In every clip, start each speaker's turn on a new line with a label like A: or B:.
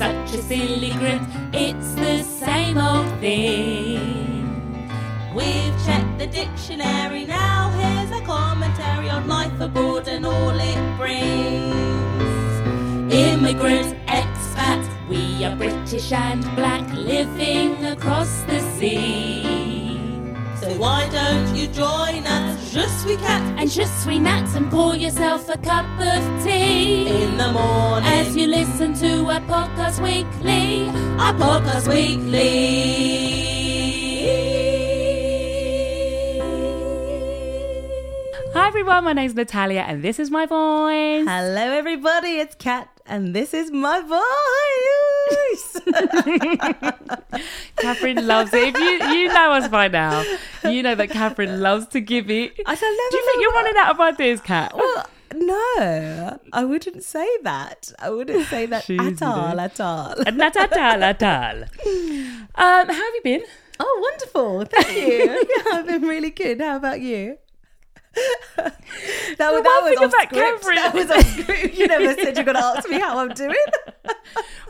A: silly grit. It's the same old thing.
B: We've checked the dictionary now. Here's a commentary on life aboard and all it brings.
A: Immigrant, expat, we are British and black, living across the sea.
B: So why don't you join us? Je suis cat
A: and je suis nat, and pour yourself a cup of tea
B: in the morning
A: as you listen to our podcast weekly.
B: Our podcast weekly.
A: Hi everyone, my name's Natalia and this is my voice.
B: Hello everybody, it's Kat and this is my voice.
A: Catherine loves it. If you you know us by now, you know that Catherine loves to give it.
B: I said,
A: Do you think you're running out of ideas, Kat?
B: Well, no, I wouldn't say that. I wouldn't say that at all, at all.
A: Not at all, at all. Um, how have you been?
B: Oh, wonderful. Thank you. I've been really good. How about you? that, well, that was off script. Catherine. That was off script. You never said you're going to ask me how I'm doing.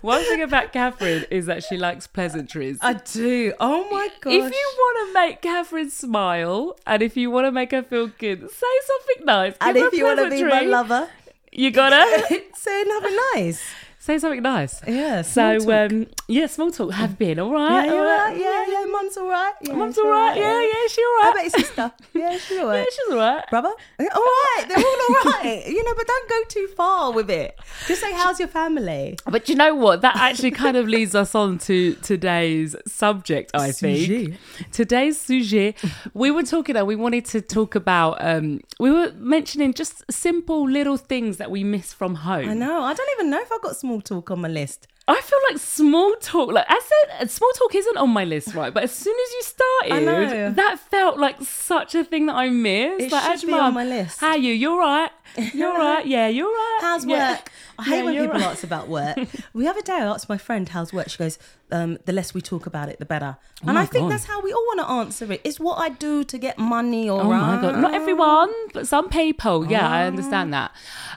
A: one thing about Catherine is that she likes pleasantries.
B: I do. Oh my gosh.
A: If you want to make Catherine smile and if you want to make her feel good, say something nice.
B: and if you want to be my lover,
A: you gotta
B: say nothing nice.
A: Say something nice.
B: Yeah.
A: So uh, um, yeah, small talk have been all right.
B: Yeah, all right. Yeah, yeah. Mum's all right. Yeah,
A: Mum's all right. Yeah, yeah. She all right.
B: How about your sister? Yeah, she all right.
A: yeah, she's all right.
B: Brother, all right. They're all all right. you know, but don't go too far with it. Just say, "How's your family?"
A: But you know what? That actually kind of leads us on to today's subject. I think
B: sujet.
A: today's sujet. We were talking and we wanted to talk about. Um, we were mentioning just simple little things that we miss from home.
B: I know. I don't even know if I've got small talk on my list.
A: I feel like small talk, like I said, small talk isn't on my list, right? But as soon as you started, that felt like such a thing that I missed.
B: It
A: like,
B: should be
A: actually,
B: on
A: Mum,
B: my list.
A: How you? You're right. You're right. Yeah, you're right.
B: How's
A: Yeah.
B: work? I hate
A: Yeah,
B: when
A: you're
B: people
A: right.
B: ask about work. The other day, I asked my friend, "How's work?" She goes, um, "The less we talk about it, the better." and
A: Oh my
B: I think
A: God.
B: that's how we all want to answer it. It's what I do to get money, or
A: Oh my god! Not everyone,
B: Ah.
A: but some people. Yeah, I understand that.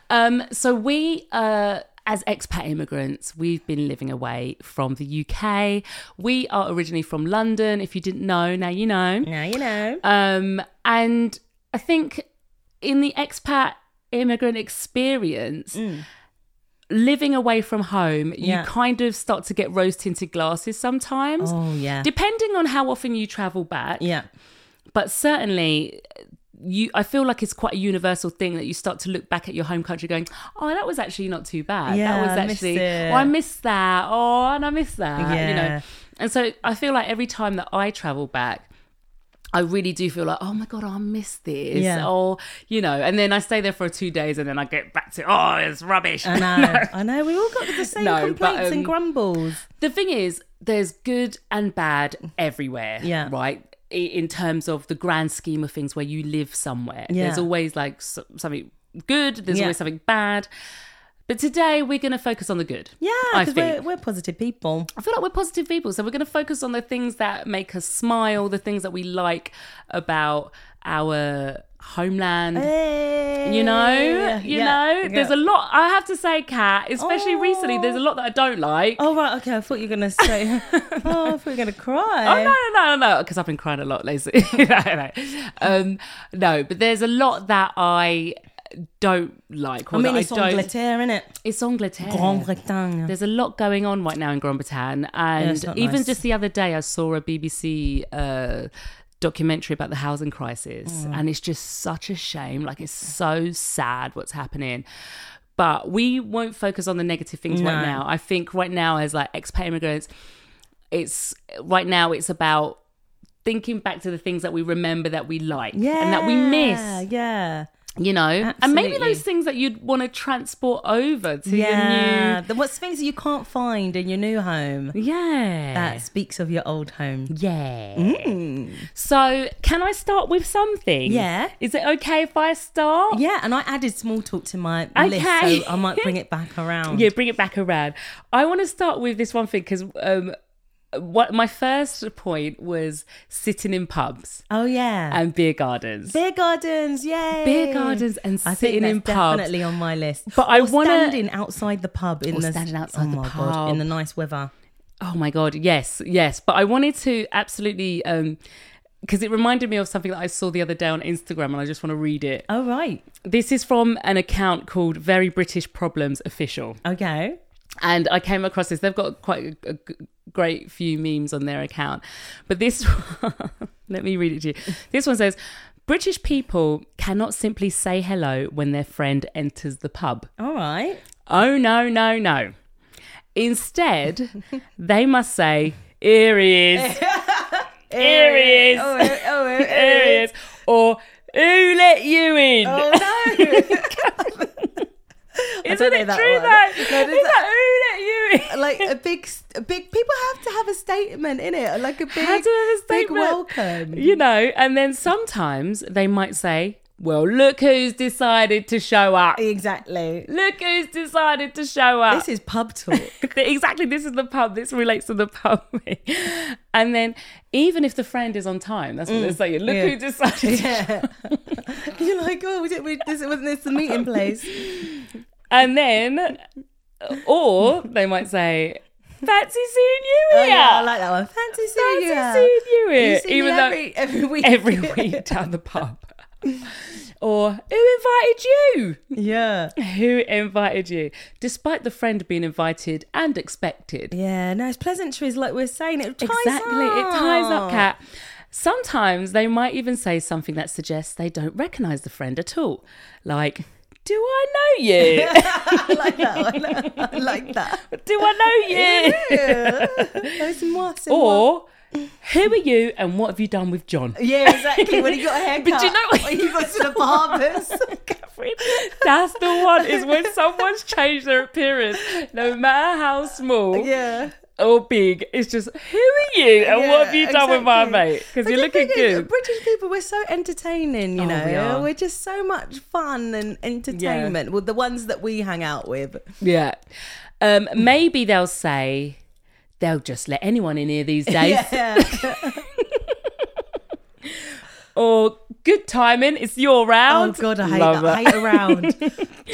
A: Um, so we, uh, as expat immigrants, we've been living away from the UK. We are originally from London. If you didn't know, now you know.
B: Now you know.
A: Um, and I think in the expat immigrant experience, living away from home,
B: Mm. Yeah.
A: you kind of start to get rose tinted glasses sometimes.
B: oh yeah,
A: Depending on how often you travel back,
B: yeah.
A: but certainly you I feel like it's quite a universal thing that you start to look back at your home country going, Oh, that was actually not too bad.
B: Yeah,
A: that was
B: I miss
A: actually
B: it."
A: oh I missed that. Oh, and I missed that. You
B: Yeah.
A: know. And so I feel like every time that I travel back, I really do feel like, oh my God, I miss this.
B: Yeah.
A: Or, you know, and then I stay there for two days and then I get back to, oh, it's rubbish.
B: I know, I know. We all got the same
A: No, but,
B: complaints
A: um,
B: and grumbles.
A: The thing is, there's good and bad everywhere.
B: Yeah.
A: Right. I- In terms of the grand scheme of things, where you live somewhere,
B: Yeah.
A: there's always like s- something good. There's
B: Yeah.
A: always something bad. But today we're going to focus on the good.
B: Yeah,
A: I
B: because
A: think.
B: we're, we're positive people.
A: I feel like we're positive people, so we're going to focus on the things that make us smile, the things that we like about our homeland. You know,
B: Hey.
A: you
B: Eh, Yeah,
A: know,
B: yeah.
A: there's a lot. I have to say, Kat, especially recently,
B: Oh.
A: there's a lot that I don't like.
B: Oh right, okay. I thought you were gonna say. oh, I thought you were gonna cry.
A: Oh no no no no! Because I've been crying a lot lately. no, no. Um, no, but there's a lot that I don't like.
B: I
A: or
B: mean,
A: that
B: it's
A: don't-
B: Angleterre, isn't it?
A: It's Angleterre.
B: Grand Bretagne.
A: There's a lot going on right now in Grand Bretagne, and
B: it's not
A: even
B: nice.
A: just the other day, I saw a BBC. Uh, documentary about the housing crisis
B: Mm.
A: and it's just such a shame like it's so sad what's happening but we won't focus on the negative things right
B: No.
A: now i think right now as like expat immigrants it's right now it's about thinking back to the things that we remember that we like
B: yeah,
A: and that we miss
B: Yeah,
A: you know and maybe
B: Absolutely.
A: those things that you'd want to transport over to
B: yeah.
A: your
B: The what's things that you can't find in your new home
A: new yeah
B: that speaks of your old home.
A: yeah so can i start with something
B: Mm. Yeah.
A: is it okay if i start
B: Yeah, and I added small talk to my list,
A: Okay.
B: so I might bring it back around.
A: yeah bring it back around i want to start with this one thing because um what my first point was sitting in pubs
B: Oh yeah.
A: and beer gardens.
B: beer gardens, yay.
A: Beer gardens and
B: I think
A: sitting
B: that's
A: in pubs.
B: definitely on my list.
A: But I
B: Or
A: wanna-
B: standing outside the pub in
A: Or
B: the
A: standing outside
B: oh
A: the
B: my God,
A: pub.
B: in the nice weather.
A: Oh my god, yes, yes. But I wanted to absolutely um because it reminded me of something that I saw the other day on Instagram and I just want to read it.
B: Oh right.
A: This is from an account called Very British Problems Official.
B: Okay.
A: And I came across this. They've got quite a, a g- great few memes on their account. But this let me read it to you. This one says British people cannot simply say hello when their friend enters the pub.
B: All right.
A: Oh, no, no, no. Instead, they must say, here he is. here he is.
B: Oh, oh, oh, oh,
A: here he is. Or, who let you in?
B: oh, no.
A: Isn't
B: know
A: it
B: that
A: true,
B: one.
A: though?
B: No, there's
A: Is that who let you in?
B: like a big, st- a big. People have to have a statement in it, like a big,
A: Had to have a
B: big
A: statement.
B: welcome.
A: You know, and then sometimes they might say, well, look who's decided to show up.
B: Exactly.
A: Look who's decided to show up.
B: This is pub talk.
A: exactly this is the pub this relates to the pub and then even if the friend is on time that's what they're saying look
B: Mm. yeah.
A: who decided
B: Yeah. You're like, oh, we didn't, we, this, wasn't this the meeting place?
A: and then uh, or they might say fancy seeing you here
B: Oh, yeah, I like that one. Fancy seeing
A: fancy
B: you. here.
A: seeing you
B: You
A: here
B: see me
A: even though
B: every, every week.
A: every week down the pub or who invited you
B: Yeah.
A: who invited you despite the friend being invited and expected
B: Yeah, no, it's pleasantries like we're saying. It ties
A: Exactly. It ties up,
B: up.
A: Kat. Sometimes they might even say something that suggests they don't recognize the friend at all. Like, do I know you?
B: I like that one. I like that.
A: do I know you?
B: Yeah. Oh, it's moi, c'est moi.
A: or, who are you and what have you done with John?
B: Yeah, exactly. When he got a haircut.
A: But do you know what-
B: Or he got to the barbers.
A: Catherine, that's the one is when someone's changed their appearance, no matter how small
B: yeah.
A: or big, it's just, who are you and what have you
B: Yeah,
A: done with my
B: exactly.
A: mate? Because
B: But
A: you're
B: the
A: looking
B: thing is,
A: good.
B: British people, we're so entertaining, you
A: Oh,
B: know.
A: we are.
B: are just so much fun and entertainment. Well, the ones that we hang out with.
A: Yeah. Um, maybe they'll say they'll just let anyone in here these days.
B: Yeah.
A: Or good timing, it's your
B: oh,
A: round.
B: God, I hate
A: Love
B: that. I
A: it.
B: hate around.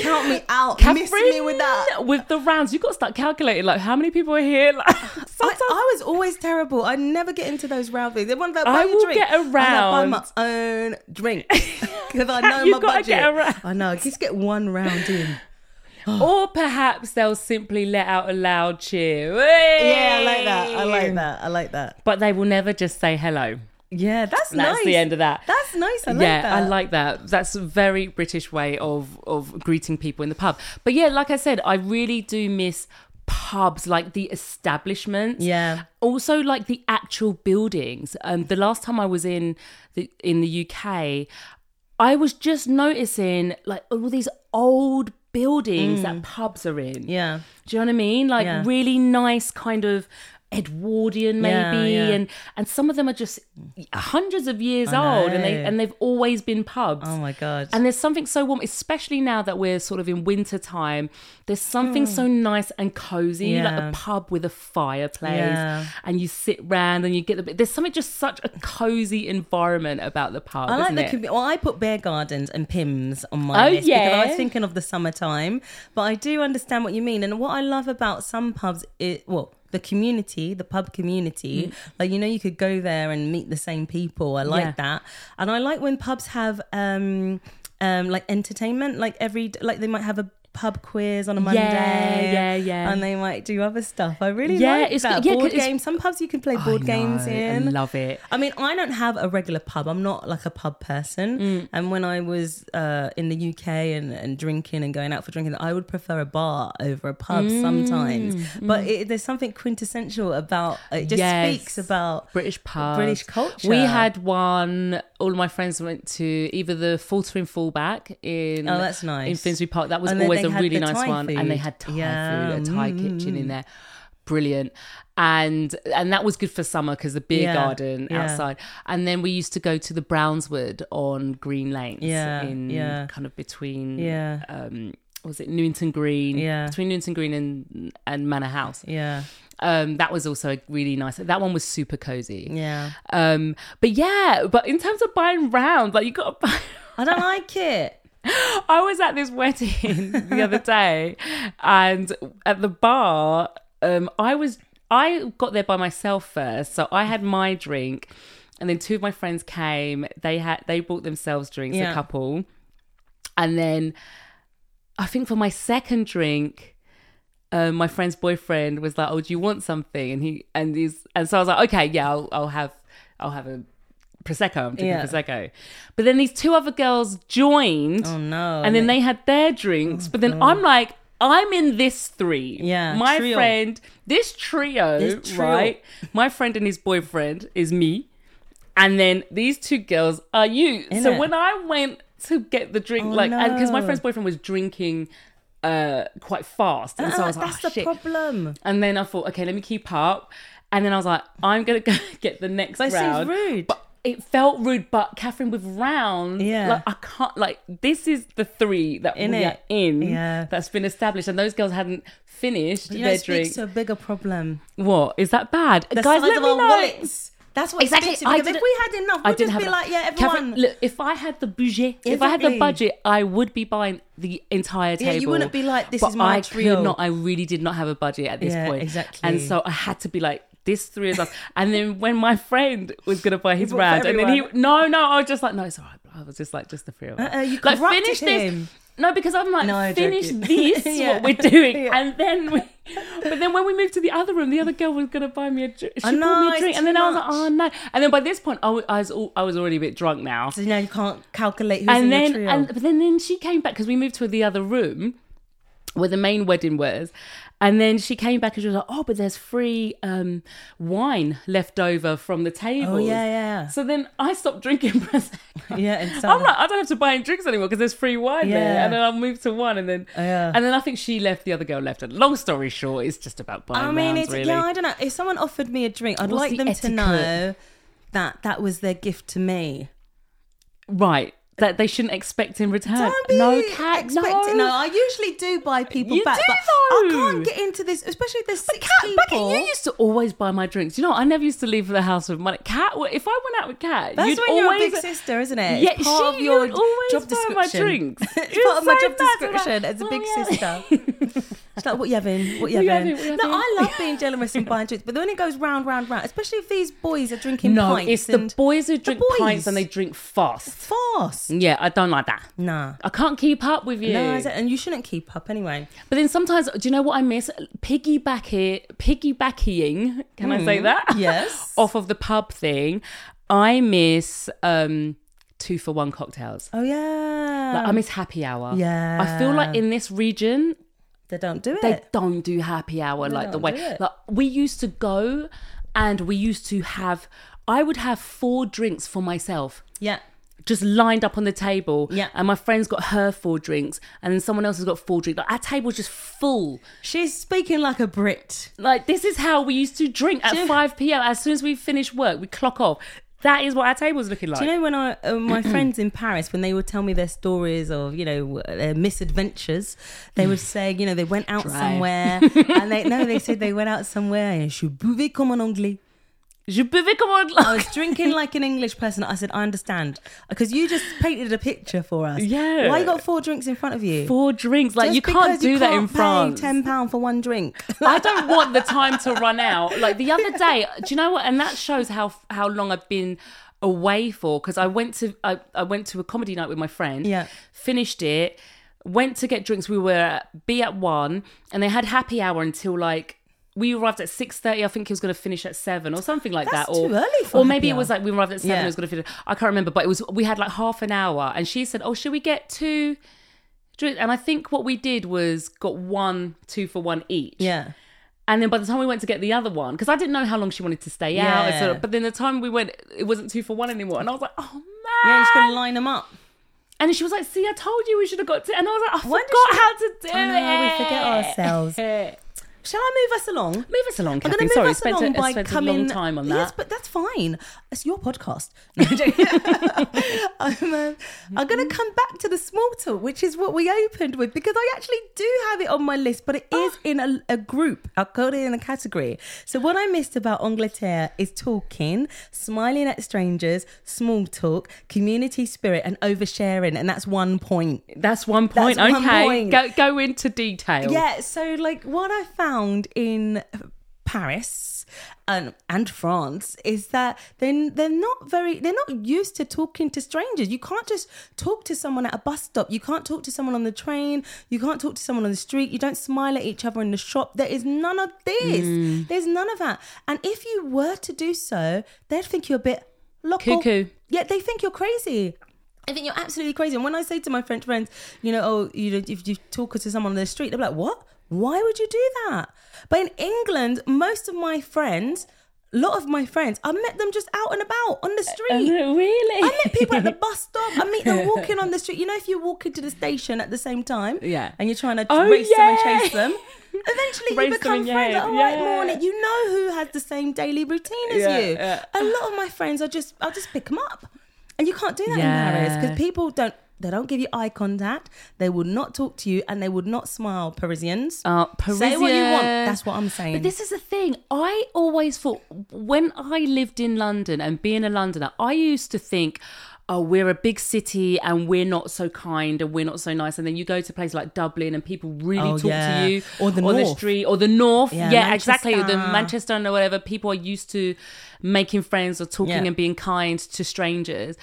B: Count me out. Miss me with that.
A: With the rounds, you've got to start calculating like how many people are here. Like
B: I,
A: sometimes
B: I was always terrible. I never get into those round things. They want to buy
A: I
B: you a
A: will
B: drink.
A: get
B: I was like,
A: around.
B: buy my own drink because I know
A: You
B: my
A: gotta
B: budget.
A: get around.
B: I know. Just get one round in. Oh.
A: or perhaps they'll simply let out a loud cheer. Hey!
B: Yeah, I like that. I like that. I like that.
A: But they will never just say hello.
B: Yeah, that's, nice.
A: That's the end of that.
B: That's nice. I like
A: yeah,
B: that.
A: I like that. That's a very British way of of greeting people in the pub. But yeah, like I said, I really do miss pubs, like the establishments.
B: Yeah.
A: Also, like the actual buildings. Um, the last time I was in the in the UK, I was just noticing like all these old
B: Mm.
A: buildings that pubs are in.
B: Yeah.
A: Do you know what I mean? Like
B: Yeah.
A: really nice kind of Edwardian
B: Yeah,
A: maybe
B: yeah.
A: and and some of them are just hundreds of years
B: I
A: old and they
B: know.
A: and they've always been pubs.
B: Oh my god.
A: and there's something so warm, especially now that we're sort of in winter time. There's something so nice and cozy,
B: Hmm. Yeah.
A: like a pub with a fireplace,
B: Yeah.
A: and you sit round and you get the. There's something just such a cozy environment about the pub.
B: I like
A: isn't
B: the
A: it?
B: commu- well. I put beer gardens and Pims on my
A: Oh,
B: list because I
A: yeah.
B: was thinking of the summertime. But I do understand what you mean, and what I love about some pubs is well, the community, the pub community. Like you know, you could go there and meet the same people. I like
A: Mm. Yeah.
B: that, and I like when pubs have um um like entertainment, like every like they might have a pub quiz on a Monday.
A: yeah, yeah.
B: And they might do other stuff. I really
A: Yeah,
B: like
A: it's
B: that.
A: good. Yeah, 'cause
B: board
A: it's-
B: games. Some pubs you can play
A: I
B: board games
A: know,
B: in.
A: I love it.
B: I mean, I don't have a regular pub. I'm not like a pub person.
A: Mm.
B: And when I was uh, in the UK and, and drinking and going out for drinking, I would prefer a bar over a pub
A: Mm.
B: sometimes. But it, there's something quintessential about it. Just
A: Yes.
B: speaks about
A: British pub,
B: British culture.
A: We had one. All of my friends went to either the faltering fallback in
B: Oh, that's nice.
A: in Finsbury Park. That was
B: And then
A: always
B: they
A: a
B: had
A: really
B: the
A: nice
B: Thai
A: one, and they
B: food.
A: had Thai
B: Yeah. Mm.
A: food, a Thai kitchen in there. Brilliant, and and that was good for summer because the beer
B: Yeah.
A: garden
B: Yeah.
A: outside, and then we used to go to the Brownswood on Green Lanes,
B: Yeah.
A: in
B: Yeah.
A: kind of between
B: Yeah.
A: um, what was it Newington Green?
B: Yeah.
A: between Newington Green and and Manor House.
B: Yeah.
A: Um, that was also a really nice. That one was super cozy.
B: Yeah.
A: Um, but yeah, but in terms of buying round, like you got to buy.
B: I don't like it.
A: I was at this wedding the other day, and at the bar, um, I was I got there by myself first, so I had my drink, and then two of my friends came. They had they bought themselves drinks,
B: Yeah.
A: a couple, and then I think for my second drink. Um, my friend's boyfriend was like, "Oh, do you want something?" And he and he's and so I was like, "Okay, yeah, I'll, I'll have I'll have a prosecco. I'm drinking
B: Yeah.
A: prosecco." But then these two other girls joined,
B: Oh no.
A: and then they had their drinks. But then I'm like, I'm in this three.
B: Oh, Yeah,
A: My
B: trio.
A: friend, this trio,
B: This trio.
A: right? My friend and his boyfriend is me. And then these two girls are you. so
B: it? Oh,
A: when I went to get the drink, like, because my
B: no.
A: friend's boyfriend was drinking uh quite fast. And so I was like,
B: Ah, that's
A: "Oh,
B: the
A: shit."
B: problem.
A: And then I thought, okay, let me keep up. And then I was like, I'm going to go get the next
B: That
A: round
B: seems rude.
A: it felt rude, but Catherine with round,
B: Yeah.
A: like I can't like this is the three that we
B: Innit?
A: are in
B: Yeah.
A: that's been established, and those girls hadn't finished
B: you know,
A: their
B: it
A: drink.
B: speaks to a bigger problem.
A: what is that bad,
B: The
A: guys?
B: size
A: Let
B: of
A: me
B: our
A: know.
B: wallets. That's what
A: Exactly,
B: It speaks to,
A: I
B: because if
A: didn't-
B: we had enough,
A: I
B: we'd just
A: didn't have
B: be
A: a-
B: like, yeah, everyone.
A: Catherine, look, if I had the budget, if I had
B: Exactly.
A: the budget, I would be buying the entire
B: Yeah,
A: table.
B: you wouldn't be like, this
A: but
B: is my
A: I
B: trio.
A: could not. I really did not have a budget at this
B: Yeah,
A: point.
B: exactly.
A: And so I had to be like, this three is us. and then when my friend was gonna buy his
B: bought for
A: round, and then he
B: everyone.
A: no, no, I was just like, no, it's all right. I was just like, just the three of us.
B: Uh-uh, you
A: like
B: corrupted
A: finish
B: him.
A: this. No, because I'm like,
B: No, I
A: finish
B: joke.
A: this
B: Yeah.
A: what we're doing,
B: Yeah.
A: and then we. But then when we moved to the other room, the other girl was gonna buy me a drink. She
B: I know,
A: bought me
B: it's
A: a drink,
B: too
A: and then I was like,
B: much.
A: oh no. And then by this point, I was I was, all, I was already a bit drunk now
B: so now you can't calculate who's in
A: and
B: your
A: then
B: trio.
A: and but then, then she came back because we moved to the other room where the main wedding was and then she came back and she was like oh but there's free um wine left over from the table
B: oh yeah, yeah,
A: so then i stopped drinking prosecco
B: yeah. yeah. And so
A: i'm like i don't have to buy any drinks anymore because there's free wine there
B: Yeah. Oh,
A: and then i'll move to one and then
B: Yeah.
A: and then i think she left the other girl left and long story short it's just about buying
B: I mean,
A: rounds,
B: it's,
A: really
B: yeah, I don't know. If someone offered me a drink, I'd
A: What's
B: like
A: the
B: them
A: etiquette?
B: to know that that was their gift to me.
A: right that they shouldn't expect in return
B: Don't be
A: no cat
B: expecting. No. I usually do buy people
A: You
B: back,
A: do,
B: but I
A: though.
B: can't get into this, especially if there's six
A: Cat, back
B: people.
A: you used to always buy my drinks. You know, I never used to leave the house with money. Cat, if I went out with Cat,
B: That's
A: you'd
B: when
A: always.
B: you're a big sister, isn't it?
A: yeah,
B: It's part
A: she
B: of your
A: you'd always
B: job
A: buy
B: description.
A: my drinks.
B: it's
A: You're
B: part of my
A: so
B: job
A: nice. We're like,
B: description as a
A: "Oh,
B: big
A: yeah."
B: sister. She's like, what you having? What you
A: What you
B: having?
A: having? What you
B: No,
A: having?
B: I love being generous and buying drinks, but when it goes round, round, round, especially if these boys are drinking
A: No,
B: pints
A: it's the
B: and
A: boys who drink pints
B: boys.
A: and they drink fast.
B: fast.
A: Yeah, I don't like that.
B: Nah.
A: I can't keep up with you.
B: No, is it- and you shouldn't keep up anyway.
A: but then sometimes, do you know what I miss? Piggyback it, piggybacking. Can I say that?
B: Hmm. Yes.
A: Off of the pub thing, I miss um, two for one cocktails.
B: Oh yeah.
A: Like, I miss happy hour.
B: Yeah.
A: I feel like in this region,
B: they don't do it.
A: they don't do happy hour like the
B: don't do
A: way.
B: it.
A: Like, we used to go and we used to have, I would have four drinks for myself.
B: yeah.
A: Just lined up on the table,
B: Yeah.
A: And my friend's got her four drinks, and then someone else has got four drinks. Like our table's just full.
B: She's speaking like a Brit.
A: Like this is how we used to drink at
B: you-
A: five p.m. As soon as we finish work, we clock off. That is what our table's looking like.
B: Do you know when I, uh, my friends in Paris, when they would tell me their stories of, you know, uh, their misadventures, they would say, you know, they went out
A: Drive.
B: somewhere and they, no, they said they went out somewhere and je buvais comme un anglais.
A: Je buvais comme un-
B: I was drinking like an English person. I said, I understand. Because you just painted a picture for us.
A: Yeah.
B: Why you got four drinks in front of you?
A: four drinks. Like
B: Just
A: you can't
B: because
A: do
B: you
A: that
B: can't
A: in
B: pay
A: France.
B: £10 for one drink.
A: I don't want the time to run out. Like the other day, do you know what? And that shows how how long I've been away for. Because I went to I, I went to a comedy night with my friend.
B: Yeah.
A: finished it. Went to get drinks. We were at B at one, and they had happy hour until like. We arrived at six thirty. I think he was going to finish at seven or something like
B: That's
A: that. Or
B: too early for
A: or
B: happy
A: maybe it was
B: hour.
A: like we arrived at seven.
B: Yeah.
A: It was going to finish. I can't remember, but it was we had like half an hour, and she said, "Oh, should we get two drinks?" And I think what we did was got one two for one each.
B: yeah.
A: And then by the time we went to get the other one, because I didn't know how long she wanted to stay out, and
B: Yeah.
A: so, but then the time we went, it wasn't two for one anymore, and I was like, oh man.
B: Yeah, you're just going to line them up.
A: and she was like, see, I told you we should have got to, and I was like, I
B: When did
A: forgot
B: she-
A: how to do
B: I know, we forget
A: it.
B: ourselves. Shall I move us along?
A: Move us along,
B: I'm going
A: Catherine.
B: to move
A: Sorry,
B: us
A: spent,
B: along
A: a,
B: by
A: spent
B: coming.
A: a long time on that.
B: Yes, but that's fine. It's your podcast. No, I'm joking. I'm, uh, I'm going to
A: Mm-hmm.
B: come back to the small talk, which is what we opened with, because I actually do have it on my list, but it is
A: Ah.
B: in a, a group. I've got it in a category. So what I missed about Angleterre is talking, smiling at strangers, small talk, community spirit, and oversharing, and that's one point.
A: That's one point.
B: That's one
A: okay,
B: point.
A: go go into detail.
B: Yeah, so like what I found in Paris and and France is that then they're not very they're not used to talking to strangers. You can't just talk to someone at a bus stop. You can't talk to someone on the train. You can't talk to someone on the street. You don't smile at each other in the shop. There is none of this. There's none of that. And if you were to do so, they'd think you're a bit local.
A: Cuckoo.
B: Yeah, they think you're crazy. I think you're absolutely crazy. And when I say to my French friends, you know, oh, you know, if you talk to someone on the street, they're like, what? Why would you do that? But in England, most of my friends, a lot of my friends, I met them just out and about on the street.
A: really?
B: I meet people at the bus stop. I meet them walking on the street. You know, if you're walking to the station at the same time,
A: Yeah.
B: and you're trying to
A: Oh,
B: race them
A: yeah.
B: and chase them. Eventually,
A: Race
B: you
A: them
B: become
A: in your
B: friends.
A: head.
B: Like, All right,
A: Yeah.
B: morning. You know who has the same daily routine as
A: Yeah,
B: you.
A: yeah.
B: A lot of my friends, I just, I'll just pick them up, and you can't do that
A: Yeah.
B: in Paris because people don't. They don't give you eye contact. They would not talk to you, and they would not smile. Parisians,
A: Uh,
B: say what you want.
A: Parisian.
B: That's what I'm saying.
A: But this is the thing. I always thought when I lived in London and being a Londoner, I used to think, oh, we're a big city and we're not so kind and we're not so nice. And then you go to places like Dublin and people really
B: Oh,
A: talk
B: yeah.
A: to you
B: Or the north.
A: street or the north. Yeah,
B: Yeah,
A: exactly. Or the
B: Manchester.
A: Manchester or whatever. People are used to making friends or talking
B: Yeah.
A: and being kind to strangers.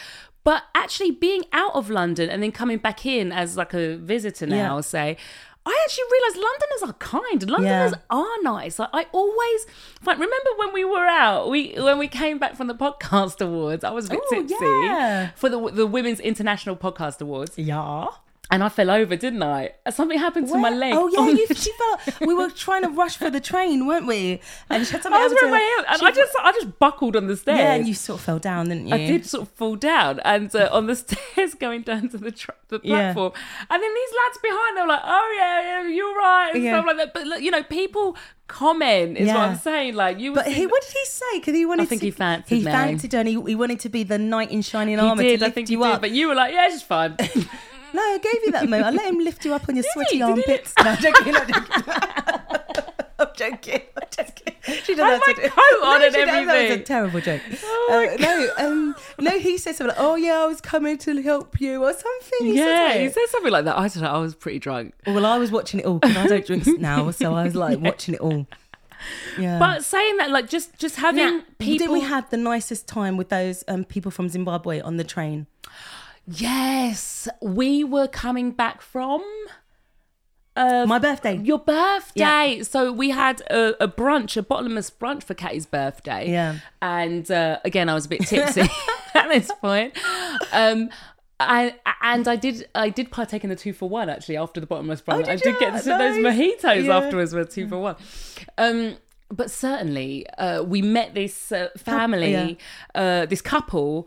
A: But actually being out of London and then coming back in as like a visitor now,
B: Yeah.
A: I'll say, I actually realised Londoners are kind. Londoners
B: Yeah.
A: Oh, are nice. Like I always like remember when we were out, we when we came back from the podcast awards, I was a bit
B: Oh,
A: tipsy
B: yeah.
A: for the the Women's International Podcast Awards,
B: yeah.
A: and I fell over, didn't I? Something happened to my
B: Where-
A: leg.
B: Oh yeah,
A: on
B: you,
A: the-
B: she fell. We were trying to rush for the train, weren't we? And she had something
A: I was
B: happen to
A: wearing my
B: her.
A: heel, and
B: She-
A: I just I just buckled on the stairs.
B: yeah, and you sort of fell down, didn't you?
A: I did sort of fall down and uh, on the stairs going down to the tr the
B: Yeah.
A: platform, and then these lads behind they were like, "Oh yeah, yeah you're right," and
B: Yeah.
A: stuff like that. But look, you know, people comment is what
B: Yeah.
A: I'm saying. Like you,
B: But
A: was
B: he, what did he say? Because he wanted.
A: think
B: to,
A: he fancied
B: He
A: Mary.
B: fancied her, and he, he wanted to be the knight in shining
A: he
B: armor
A: did.
B: to
A: I
B: lift
A: think
B: you
A: he did,
B: up.
A: but you were like, "Yeah, she's fine."
B: No, I gave you that moment. I let him lift you up on your
A: he?
B: sweaty
A: Did he
B: armpits. No, I'm joking. I'm joking. I'm joking. I'm joking. She doesn't have
A: Had
B: to
A: my
B: do-
A: coat on
B: no,
A: and
B: she doesn't. That was a
A: everything.
B: terrible joke.
A: Oh my
B: Uh, no, um, no, he said something like, "Oh yeah, I was coming to help you" or something. He said
A: yeah,
B: something.
A: he said something like that. I don't know. I was pretty drunk.
B: Well, I was watching it all because I don't drink now, so I was like watching it all. Yeah.
A: But saying that, like, just just having
B: Now,
A: people.
B: did we have the nicest time with those um, people from Zimbabwe on the train?
A: yes, we were coming back from. Uh,
B: My birthday.
A: Your birthday. So we had a, a brunch, a bottomless brunch for Katie's birthday.
B: Yeah.
A: And uh, again, I was a bit tipsy at this point. Um, I, and I did I did partake in the two for one actually after the bottomless brunch.
B: Oh, did
A: I did
B: you?
A: get some of those
B: Nice.
A: mojitos
B: Yeah.
A: afterwards with two for one. Um, but certainly, uh, we met this uh, family, uh, this couple.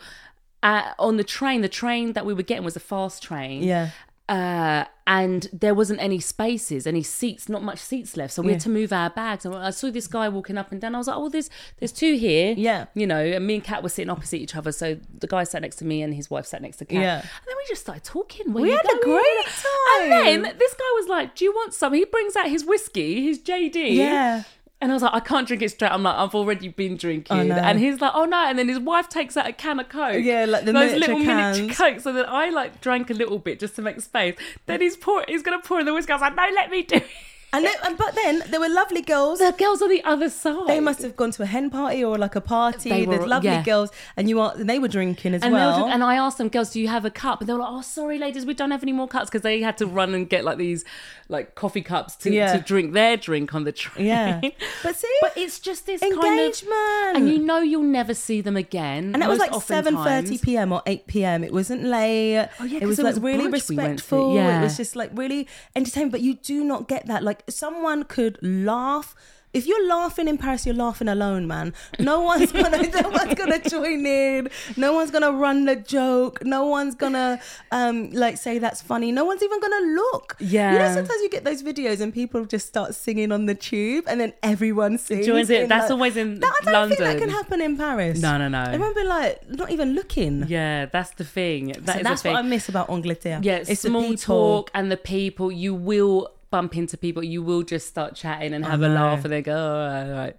A: Uh, on the train, the train that we were getting was a fast train
B: Yeah.
A: uh, and there wasn't any spaces, any seats, not much seats left. So we had to move our bags. And I saw this guy walking up and down. I was like, "Oh, there's there's two here."
B: Yeah.
A: you know. And me and Kat were sitting opposite each other. So the guy sat next to me, and his wife sat next to Kat.
B: Yeah.
A: And then we just started talking. Where
B: We
A: you
B: had a
A: going?
B: great
A: And
B: time.
A: then this guy was like, "Do you want some?" He brings out his whiskey, his JD.
B: Yeah.
A: And I was like, I can't drink it straight. I'm like, I've already been drinking.
B: Oh, no.
A: And he's like, oh no. And then his wife takes out a can of Coke.
B: Yeah, like the
A: Those
B: miniature
A: little miniature
B: cans.
A: Coke. So then I like drank a little bit just to make space. Then he's pour, he's going to pour in the whiskey. I was like, no, let me do it.
B: And, then, and but then there were lovely girls.
A: The girls on the other side.
B: They must have gone to a hen party or like a party.
A: They were-
B: There's lovely
A: yeah.
B: girls, and you are. And they were drinking as
A: and, they were
B: well.
A: just- and I asked them, girls, do you have a cup? And they were like, oh, sorry, ladies, we don't have any more cups because they had to run and get like these like coffee cups to,
B: Yeah.
A: to drink their drink on the train.
B: yeah. But see,
A: But it's just this kind of
B: engagement.
A: and you know you'll never see them again.
B: And that was
A: most
B: like
A: often
B: seven thirty
A: times. Oh,
B: p.m. or eight p.m. It wasn't late.
A: yeah,
B: it
A: 'cause
B: was
A: it
B: like
A: was
B: really
A: brunch we went to,
B: respectful.
A: yeah.
B: It was just like really entertaining. But you do not get that like someone could laugh. If you're laughing in Paris, you're laughing alone, man. No one's gonna, no one's gonna join in. No one's gonna run the joke. No one's gonna, um, like say that's funny. No one's even gonna look. You know,
A: Yeah.
B: sometimes you get those videos and people just start singing on the tube, and then everyone sings.
A: Joins it.
B: in,
A: That's
B: like-
A: always in
B: That- I don't
A: London.
B: think that can happen in Paris.
A: No, no, no.
B: Everyone be like, not even looking.
A: Yeah, that's the thing. That is
B: so that's
A: the
B: what I
A: thing.
B: miss about Angleterre.
A: yeah,
B: it's the
A: small
B: people.
A: talk and the people. You will bump into people. You will just start chatting and have a
B: know.
A: laugh and then go, oh, all right.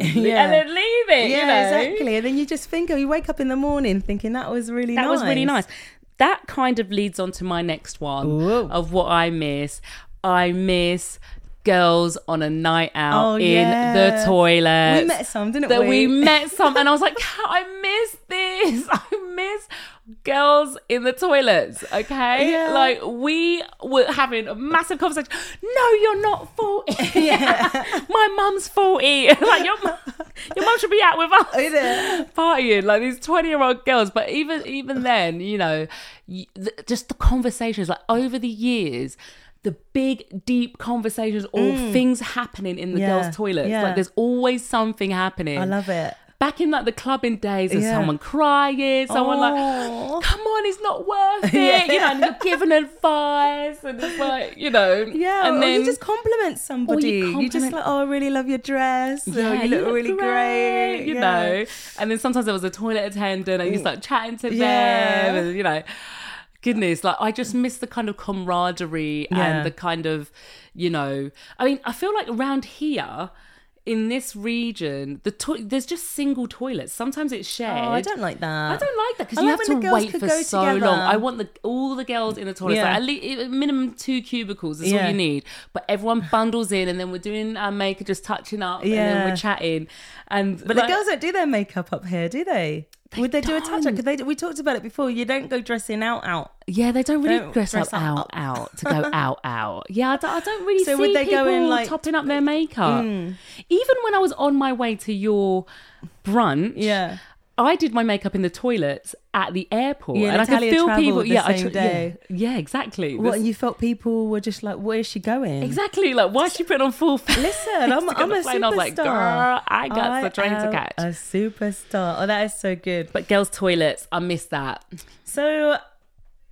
A: then,
B: Yeah.
A: and then leave it.
B: Yeah,
A: you know?
B: exactly. And then you just think, oh, you wake up in the morning thinking that was really
A: That
B: nice.
A: was really nice. That kind of leads on to my next one
B: Ooh.
A: of what I miss. I miss girls on a night out
B: Oh,
A: in
B: yeah.
A: the toilet.
B: We met some, didn't
A: that
B: we?
A: we met some, and I was like, I miss this. I miss girls in the toilets. Okay,
B: Yeah.
A: like we were having a massive conversation. No, you're not forty. my mum's forty. like your mum, your mum should be out with us
B: Isn't
A: partying like these 20 year old girls but even even then you know you, th- just the conversations like over the years the big deep conversations or things happening in the
B: Mm. Yeah,
A: girls toilets
B: yeah.
A: like there's always something happening
B: I love it.
A: back in like the clubbing days and
B: Yeah.
A: someone crying someone
B: Aw.
A: like come on it's not worth it you know
B: Yeah.
A: and you're giving advice and it's like you know
B: Yeah,
A: and
B: or you just compliment somebody. You, just
A: compliment-
B: like, oh, I really love your dress. Yeah, you, look, really great.
A: you
B: Yeah. Mm.
A: know. And then sometimes there was a toilet attendant, and you start chatting to
B: Yeah.
A: them, and you know. Goodness, like I just miss the kind of camaraderie
B: Yeah.
A: and the kind of, you know, I mean, I feel like around here in this region, the to- there's just single toilets. Sometimes it's shared.
B: Oh, I don't like that.
A: Uh, I don't like that because
B: I
A: you
B: like
A: have
B: when
A: to
B: the girls
A: wait
B: could
A: for
B: go
A: so
B: together.
A: long. I want the all the girls in the toilet.
B: Yeah.
A: Like at least minimum two cubicles is all
B: Yeah.
A: you need. But everyone bundles in, and then we're doing our makeup, just touching up, and then
B: Yeah.
A: we're chatting. And
B: But the girls don't do their makeup up here, do they? Would they do a touch up? Because they we talked about it before. You don't go dressing out out.
A: yeah, they don't really
B: don't
A: dress,
B: dress
A: up, out
B: up.
A: out to go out out. Yeah, I don't, I don't really
B: So
A: see
B: would they
A: people
B: go in, like- mm.
A: topping up their makeup. Even when I was on my way to your brunch,
B: Yeah.
A: I did my makeup in the toilets at the airport,
B: Yeah,
A: and I
B: Natalia
A: could feel
B: travelled
A: people.
B: the
A: yeah, I
B: same
A: tra-
B: day.
A: yeah, yeah, exactly.
B: What
A: This-
B: and you felt people were just like, where is she going?
A: Exactly. Like, why is she putting on full face?
B: Listen, I'm,
A: to get
B: I'm
A: on
B: a
A: the plane?
B: superstar.
A: I was like, girl, I got the train to
B: am
A: catch.
B: A superstar. Oh, that is so good.
A: But girls' toilets, I miss that.
B: So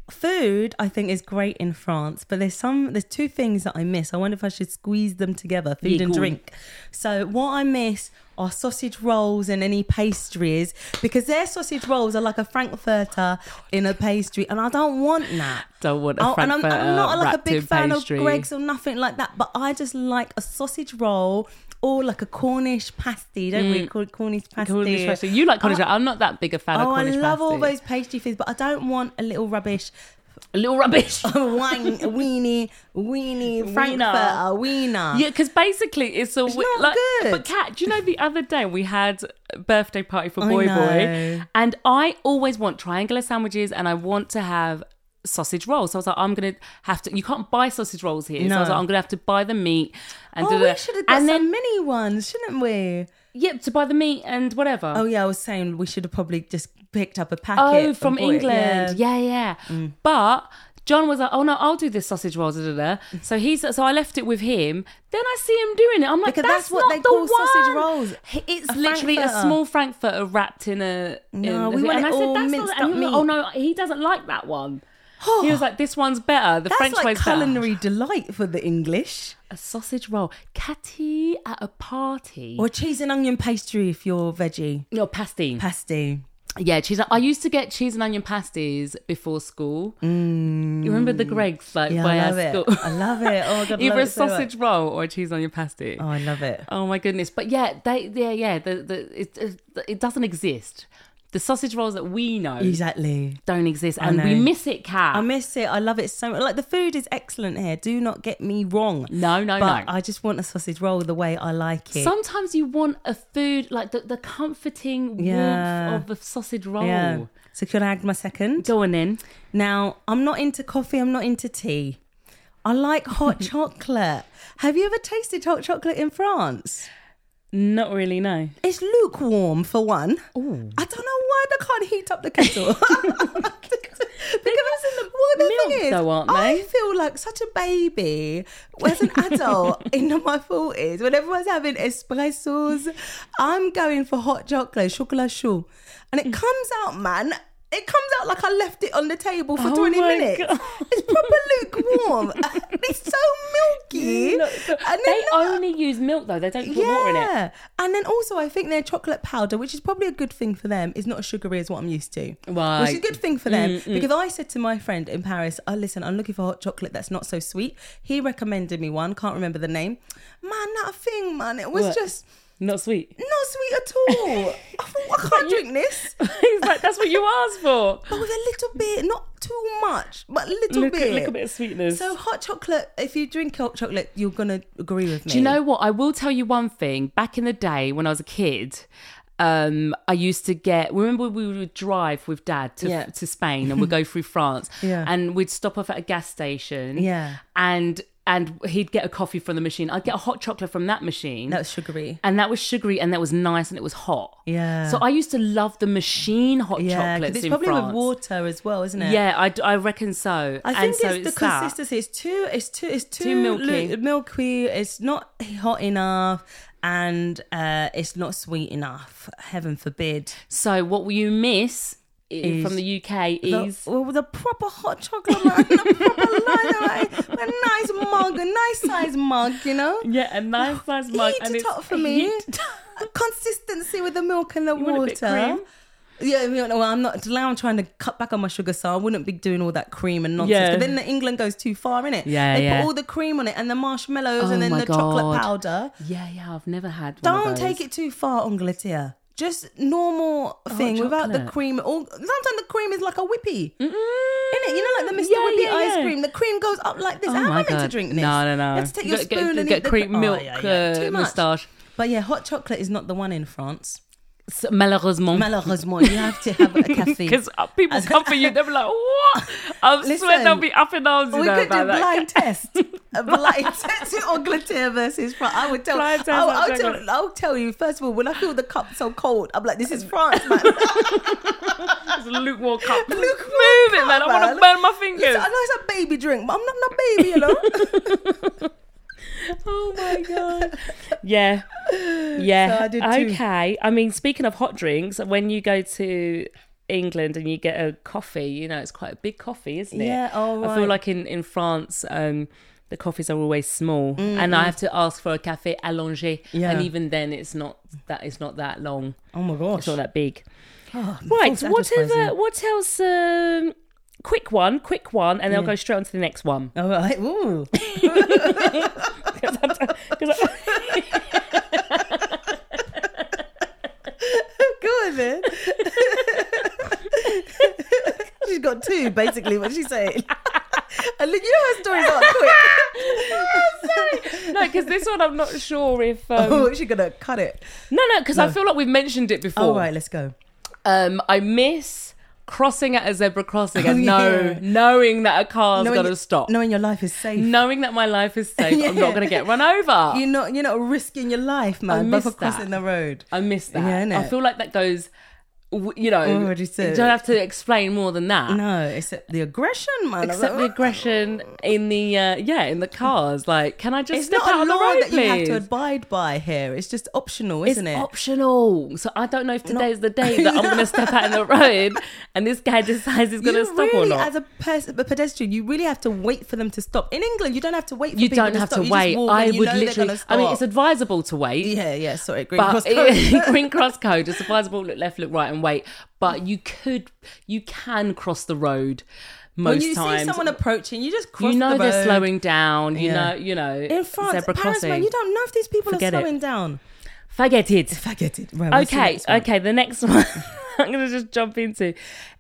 B: food I think is great in France, but there's some there's two things that I miss. I wonder if I should squeeze them together, food
A: Yeah,
B: and
A: go on.
B: drink. So what I miss are sausage rolls and any pastries because their sausage rolls are like a frankfurter in a pastry and I don't want that.
A: Don't want a
B: Oh, and I'm,
A: frankfurter
B: I'm not like a
A: wrapped
B: big
A: in
B: fan
A: pastry.
B: of Greg's or nothing like that, but I just like a sausage roll or like a Cornish pasty. Don't we call it Cornish pasty?
A: Mm. Cornish pastry. You like Cornish. I'm not that big a fan
B: Oh,
A: of Cornish
B: I love all
A: pasty.
B: those pastry things, but I don't want a little rubbish
A: little rubbish.
B: wine, weenie, weenie, Frankfurter, wiener.
A: Yeah, because basically it's a it's
B: not
A: like,
B: good.
A: But Kat, do you know the other day we had a birthday party for Boy
B: know.
A: Boy, and I always want triangular sandwiches, and I want to have sausage rolls. So I was like, I'm gonna have to. You can't buy sausage rolls here, so I was
B: No.
A: like, I'm gonna have to buy the meat. And
B: Oh,
A: da-da-da.
B: we should have got
A: and
B: some
A: then
B: mini ones, shouldn't we?
A: Yep, to buy the meat and whatever.
B: Oh yeah, I was saying we should have probably just picked up a packet.
A: Oh,
B: and
A: from
B: bought it.
A: England.
B: Yeah. Mm.
A: Yeah, yeah. But John was like, "Oh no, I'll do this sausage rolls." Da, da, da. So he's so I left it with him. Then I see him doing it. I'm like,
B: Because
A: "That's,
B: that's what
A: not
B: they
A: the
B: call sausage
A: one."
B: rolls.
A: H- It's
B: A
A: literally a
B: Frankfurter.
A: small frankfurter wrapped in a.
B: No,
A: in,
B: we want
A: and
B: it
A: I said,
B: all
A: "That's
B: minced
A: not." And he
B: up
A: was like,
B: meat.
A: oh no, he doesn't like that one. he was like, "This one's better. The
B: That's
A: French
B: like
A: way's
B: culinary
A: better."
B: delight for the English.
A: A sausage roll, Catty at a party.
B: Or cheese and onion pastry if you're veggie.
A: No, pasty.
B: Pasty.
A: Yeah, cheese. I used to get cheese and onion pasties before school. You remember the Greg's like
B: Mm. Yeah,
A: by
B: I
A: our
B: love it.
A: school?
B: I love it. Oh, God, I
A: Either
B: love
A: a
B: it so much.
A: sausage roll or a cheese onion pasty.
B: Oh,
A: Oh,
B: I love it.
A: my goodness! But yeah, they, yeah, yeah. The, the, it, it- it doesn't exist. The sausage rolls that we know
B: Exactly.
A: don't exist, and we
B: know.
A: miss it, Cat.
B: I miss it. I love it so much. Like the food is excellent here. Do not get me wrong.
A: no, no,
B: but
A: no.
B: I just want a sausage roll the way I like it.
A: Sometimes you want a food like the, the comforting
B: Yeah.
A: warmth of a sausage roll.
B: yeah. So could I add my second?
A: Going in,
B: Now I'm not into coffee. I'm not into tea. I like hot chocolate. Have you ever tasted hot chocolate in France?
A: not really. No,
B: It's lukewarm for one. I don't know why they can't heat up the kettle. because it's in the what the
A: milk
B: thing is,
A: though, aren't
B: I
A: they?
B: feel like such a baby as an adult in my forties when everyone's having espressos. I'm going for hot chocolate, chocolat chaud, and
A: Mm.
B: it comes out, man. It comes out like I left it on the table for
A: Oh
B: 20
A: my
B: minutes.
A: God.
B: It's proper lukewarm. it's so milky.
A: No, but
B: and
A: they
B: then not-
A: only use milk though. They don't put water in it.
B: and then also, I think their chocolate powder, which is probably a good thing for them, is not as sugary as what I'm used to. Which is
A: Right. Mm-hmm.
B: a good thing for them because I said to my friend in Paris, "Oh, listen, I'm looking for hot chocolate that's not so sweet." He recommended me one. Can't remember the name. Man, that thing, man, it was
A: What?
B: just
A: Not sweet.
B: not sweet at all. I thought I can't drink this.
A: He's like, that's what you asked for.
B: But with a little bit, not too much, but a little
A: Look,
B: bit.
A: a little bit of sweetness.
B: So hot chocolate. If you drink hot chocolate, you're gonna agree with me.
A: Do you know what? I will tell you one thing. Back in the day when I was a kid, um, I used to get. Remember, we would drive with dad to
B: Yeah.
A: to Spain, and we'd go through France,
B: Yeah.
A: and we'd stop off at a gas station,
B: Yeah.
A: and and he'd get a coffee from the machine. I'd get a hot chocolate from that machine.
B: That's sugary.
A: and that was sugary and that was nice and it was hot.
B: Yeah.
A: So I used to love the machine hot
B: Yeah, 'cause
A: chocolates
B: it's
A: in
B: probably
A: France.
B: with water as well, isn't it?
A: Yeah, I, d- I reckon so.
B: I
A: and
B: think
A: so
B: it's the
A: that.
B: consistency. It's too. It's too. It's too,
A: milky.
B: lu- milky. It's not hot enough, and uh, it's not sweet enough. Heaven forbid.
A: So what you miss i- from the UK
B: The-
A: is
B: well, the proper hot chocolate, man, the proper liner, right? a nice mug, a nice size mug, you know.
A: Yeah, a nice
B: Oh,
A: size mug.
B: Heat
A: and
B: it
A: it's
B: up for me.
A: heat.
B: Consistency with the milk and the
A: You
B: water.
A: want a bit cream?
B: Yeah, I mean, well, I'm not. Now I'm trying to cut back on my sugar, so I wouldn't be doing all that cream and nonsense.
A: Yeah.
B: But then the England goes too far, innit?
A: Yeah,
B: They
A: yeah.
B: put all the cream on it and the marshmallows
A: Oh
B: and then
A: my
B: the chocolate
A: God.
B: powder.
A: Yeah, yeah, I've never had one.
B: Don't take it too far, Unglatia. Just normal thing without the
A: Oh, chocolate.
B: cream. All sometimes the cream is like a whippy, mm it? You know, like the Mr.
A: Yeah,
B: Whippy
A: yeah,
B: ice
A: yeah.
B: cream. The cream goes up like this.
A: Oh
B: How am I
A: my
B: meant
A: god!
B: to drink this?
A: No, no, no.
B: You have to take your
A: Gotta
B: spoon
A: get,
B: and
A: get
B: eat the
A: cream
B: oh,
A: milk
B: yeah, yeah. Too
A: Uh,
B: much.
A: moustache.
B: But yeah, hot chocolate is not the one in France.
A: S- Malheureusement,
B: Malheureusement, you have to have a cafe.
A: because people come for you, they'll be like, "What?" I swear
B: Listen,
A: they'll be up in arms. You
B: we
A: know,
B: could do
A: about that.
B: blind test. A blind test in Angleterre versus France. I would tell,
A: Blind test,
B: I'll,
A: blind
B: I'll
A: test.
B: tell, I'll tell you, first of all, when I feel the cup so cold, I'm like, this is France, man.
A: It's a lukewarm cup.
B: Lukewarm
A: Move it, man! I want
B: man.
A: to burn my
B: I
A: fingers.
B: know it's a baby drink, but I'm not no baby, you know?
A: Oh my god! Yeah, yeah.
B: So I did too.
A: okay. I mean, speaking of hot drinks, when you go to England and you get a coffee, you know it's quite a big coffee, isn't it?
B: Yeah, oh,
A: I feel
B: right.
A: like in in France. um the coffees are always small, and I have to ask for a cafe allongé,
B: Mm-hmm. Yeah.
A: and even then, it's not that it's not that long,
B: oh my gosh.
A: it's not that big.
B: Oh,
A: Right,
B: false
A: whatever.
B: advertising.
A: What else? Um, quick one, quick one, and then I'll go straight on to the next one.
B: All right, ooh.
A: Because
B: Go on then. She's got two, basically, what she's saying. And look, you know her stories aren't quick.
A: no, because this one I'm not sure if. Um,
B: oh, she's going to cut it.
A: No, no, because I feel like we've mentioned it before.
B: All right, let's go.
A: Um, I miss crossing at a zebra crossing
B: Oh,
A: and
B: yeah.
A: no, knowing that a car's
B: Knowing
A: gonna
B: you-
A: stop.
B: Knowing your life is safe.
A: Knowing that my life is safe, I'm not
B: Yeah.
A: gonna get run over.
B: You're not you're not risking your life, man, but
A: miss
B: for
A: that.
B: crossing the road.
A: I miss that.
B: Yeah, Oh, innit?
A: I feel like that goes, w- you know,
B: Already said.
A: don't have to explain more than that.
B: No, except the aggression, man.
A: Except the aggression in the uh, yeah in the cars. Like, can I just
B: it's
A: step
B: not
A: out
B: a
A: on the
B: law
A: road,
B: that you have to
A: please?
B: abide by here. It's just optional,
A: It's
B: isn't it?
A: optional. So I don't know if today's the day that I'm going to step out in the road and this guy decides he's going to
B: you
A: stop
B: really,
A: or not.
B: as a, pers- a pedestrian, you really have to wait for them to stop. In England, you don't have to wait. For
A: you
B: people
A: don't
B: to
A: have
B: stop.
A: to
B: You just
A: wait.
B: walk
A: I
B: and you
A: would
B: know they're
A: literally.
B: gonna
A: I mean,
B: stop.
A: it's advisable to wait,
B: yeah, yeah. Sorry, green
A: but
B: cross code.
A: green cross code. It's advisable. Look left, look right, and wait. But you could, you can cross the road most
B: When you
A: times.
B: see someone approaching, you just cross
A: you know
B: the road.
A: they're slowing down. You
B: Yeah.
A: know, you know.
B: In France,
A: zebra
B: Paris,
A: crossing.
B: man, you don't know if these people
A: Forget
B: are
A: it.
B: slowing down.
A: Forget it.
B: Forget it. Right, what's the
A: Okay,
B: next one?
A: okay. The next one I'm going to just jump into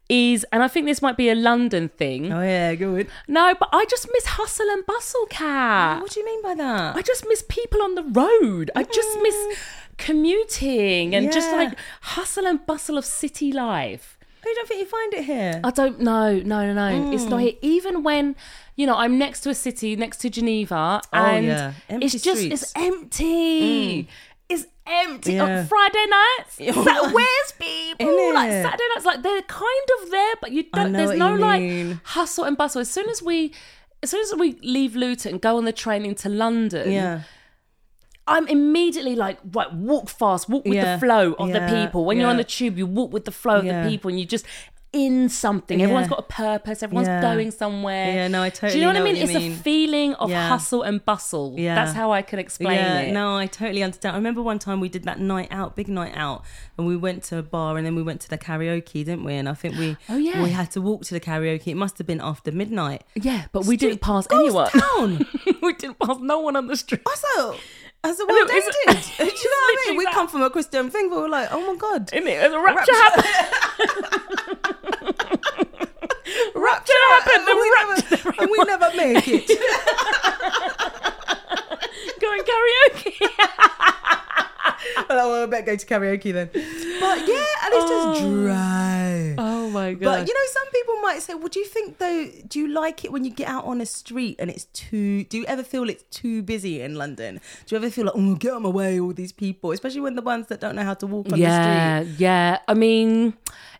A: is, and I think this might be a London thing.
B: Oh yeah, good.
A: No, but I just miss hustle and bustle, cat.
B: What do you mean by that?
A: I just miss people on the road. I just miss commuting and just
B: Yeah.
A: like hustle and bustle of city life.
B: I don't think you find it here.
A: I don't know. No, no, no.
B: Mm.
A: It's not here. Even when, you know, I'm next to a city, next to Geneva, and
B: Oh, yeah. Empty
A: it's just, it's
B: streets.
A: empty. It's empty
B: Yeah.
A: on Friday nights.
B: Yeah.
A: Sa- where's people?
B: Innit?
A: Like Saturday nights, like they're kind of there, but you
B: I
A: don't.
B: know what
A: There's no
B: you
A: like
B: mean.
A: hustle and bustle. As soon as we, as soon as we leave Luton and go on the train into London,
B: Yeah.
A: I'm immediately like, right, walk fast, walk with
B: Yeah.
A: the flow of the
B: Yeah.
A: people. When you're on
B: Yeah.
A: the tube, you walk with the flow of
B: Yeah.
A: the people and you just in something. Everyone's
B: Yeah.
A: got a purpose, everyone's
B: Yeah.
A: going somewhere.
B: Yeah, no, I
A: Do you know what I
B: totally
A: mean?
B: know
A: it's
B: what you mean.
A: a feeling of
B: Yeah.
A: hustle and bustle.
B: Yeah.
A: That's how I can explain
B: yeah,
A: it.
B: no, I totally understand. I remember one time we did that night out, big night out, and we went to a bar and then we went to the karaoke, didn't we? And I think we
A: Oh, yeah.
B: we had to walk to the karaoke. It must have been after midnight.
A: Yeah, but we
B: Street-
A: didn't pass
B: Ghost
A: anyone.
B: Town.
A: we didn't pass no one on the street.
B: Also, as a
A: know,
B: well dated.
A: it's-
B: Do you know what I
A: literally
B: mean? We
A: that.
B: come from a Christian thing, but we're like, oh my god,
A: In it, the rapture, happened.
B: rapture
A: happened,
B: and
A: the
B: we
A: rapture.
B: never, and we never make it.
A: Going karaoke.
B: But I want to go to karaoke then. But yeah, and it's just dry.
A: Oh my god!
B: But you know, some people might say, "Well, do you think though? Do you like it when you get out on a street and it's too? Do you ever feel it's too busy in London? Do you ever feel like, oh, get out of my way, all these people, especially when the ones that don't know how to walk on
A: yeah,
B: the street?
A: Yeah, I mean,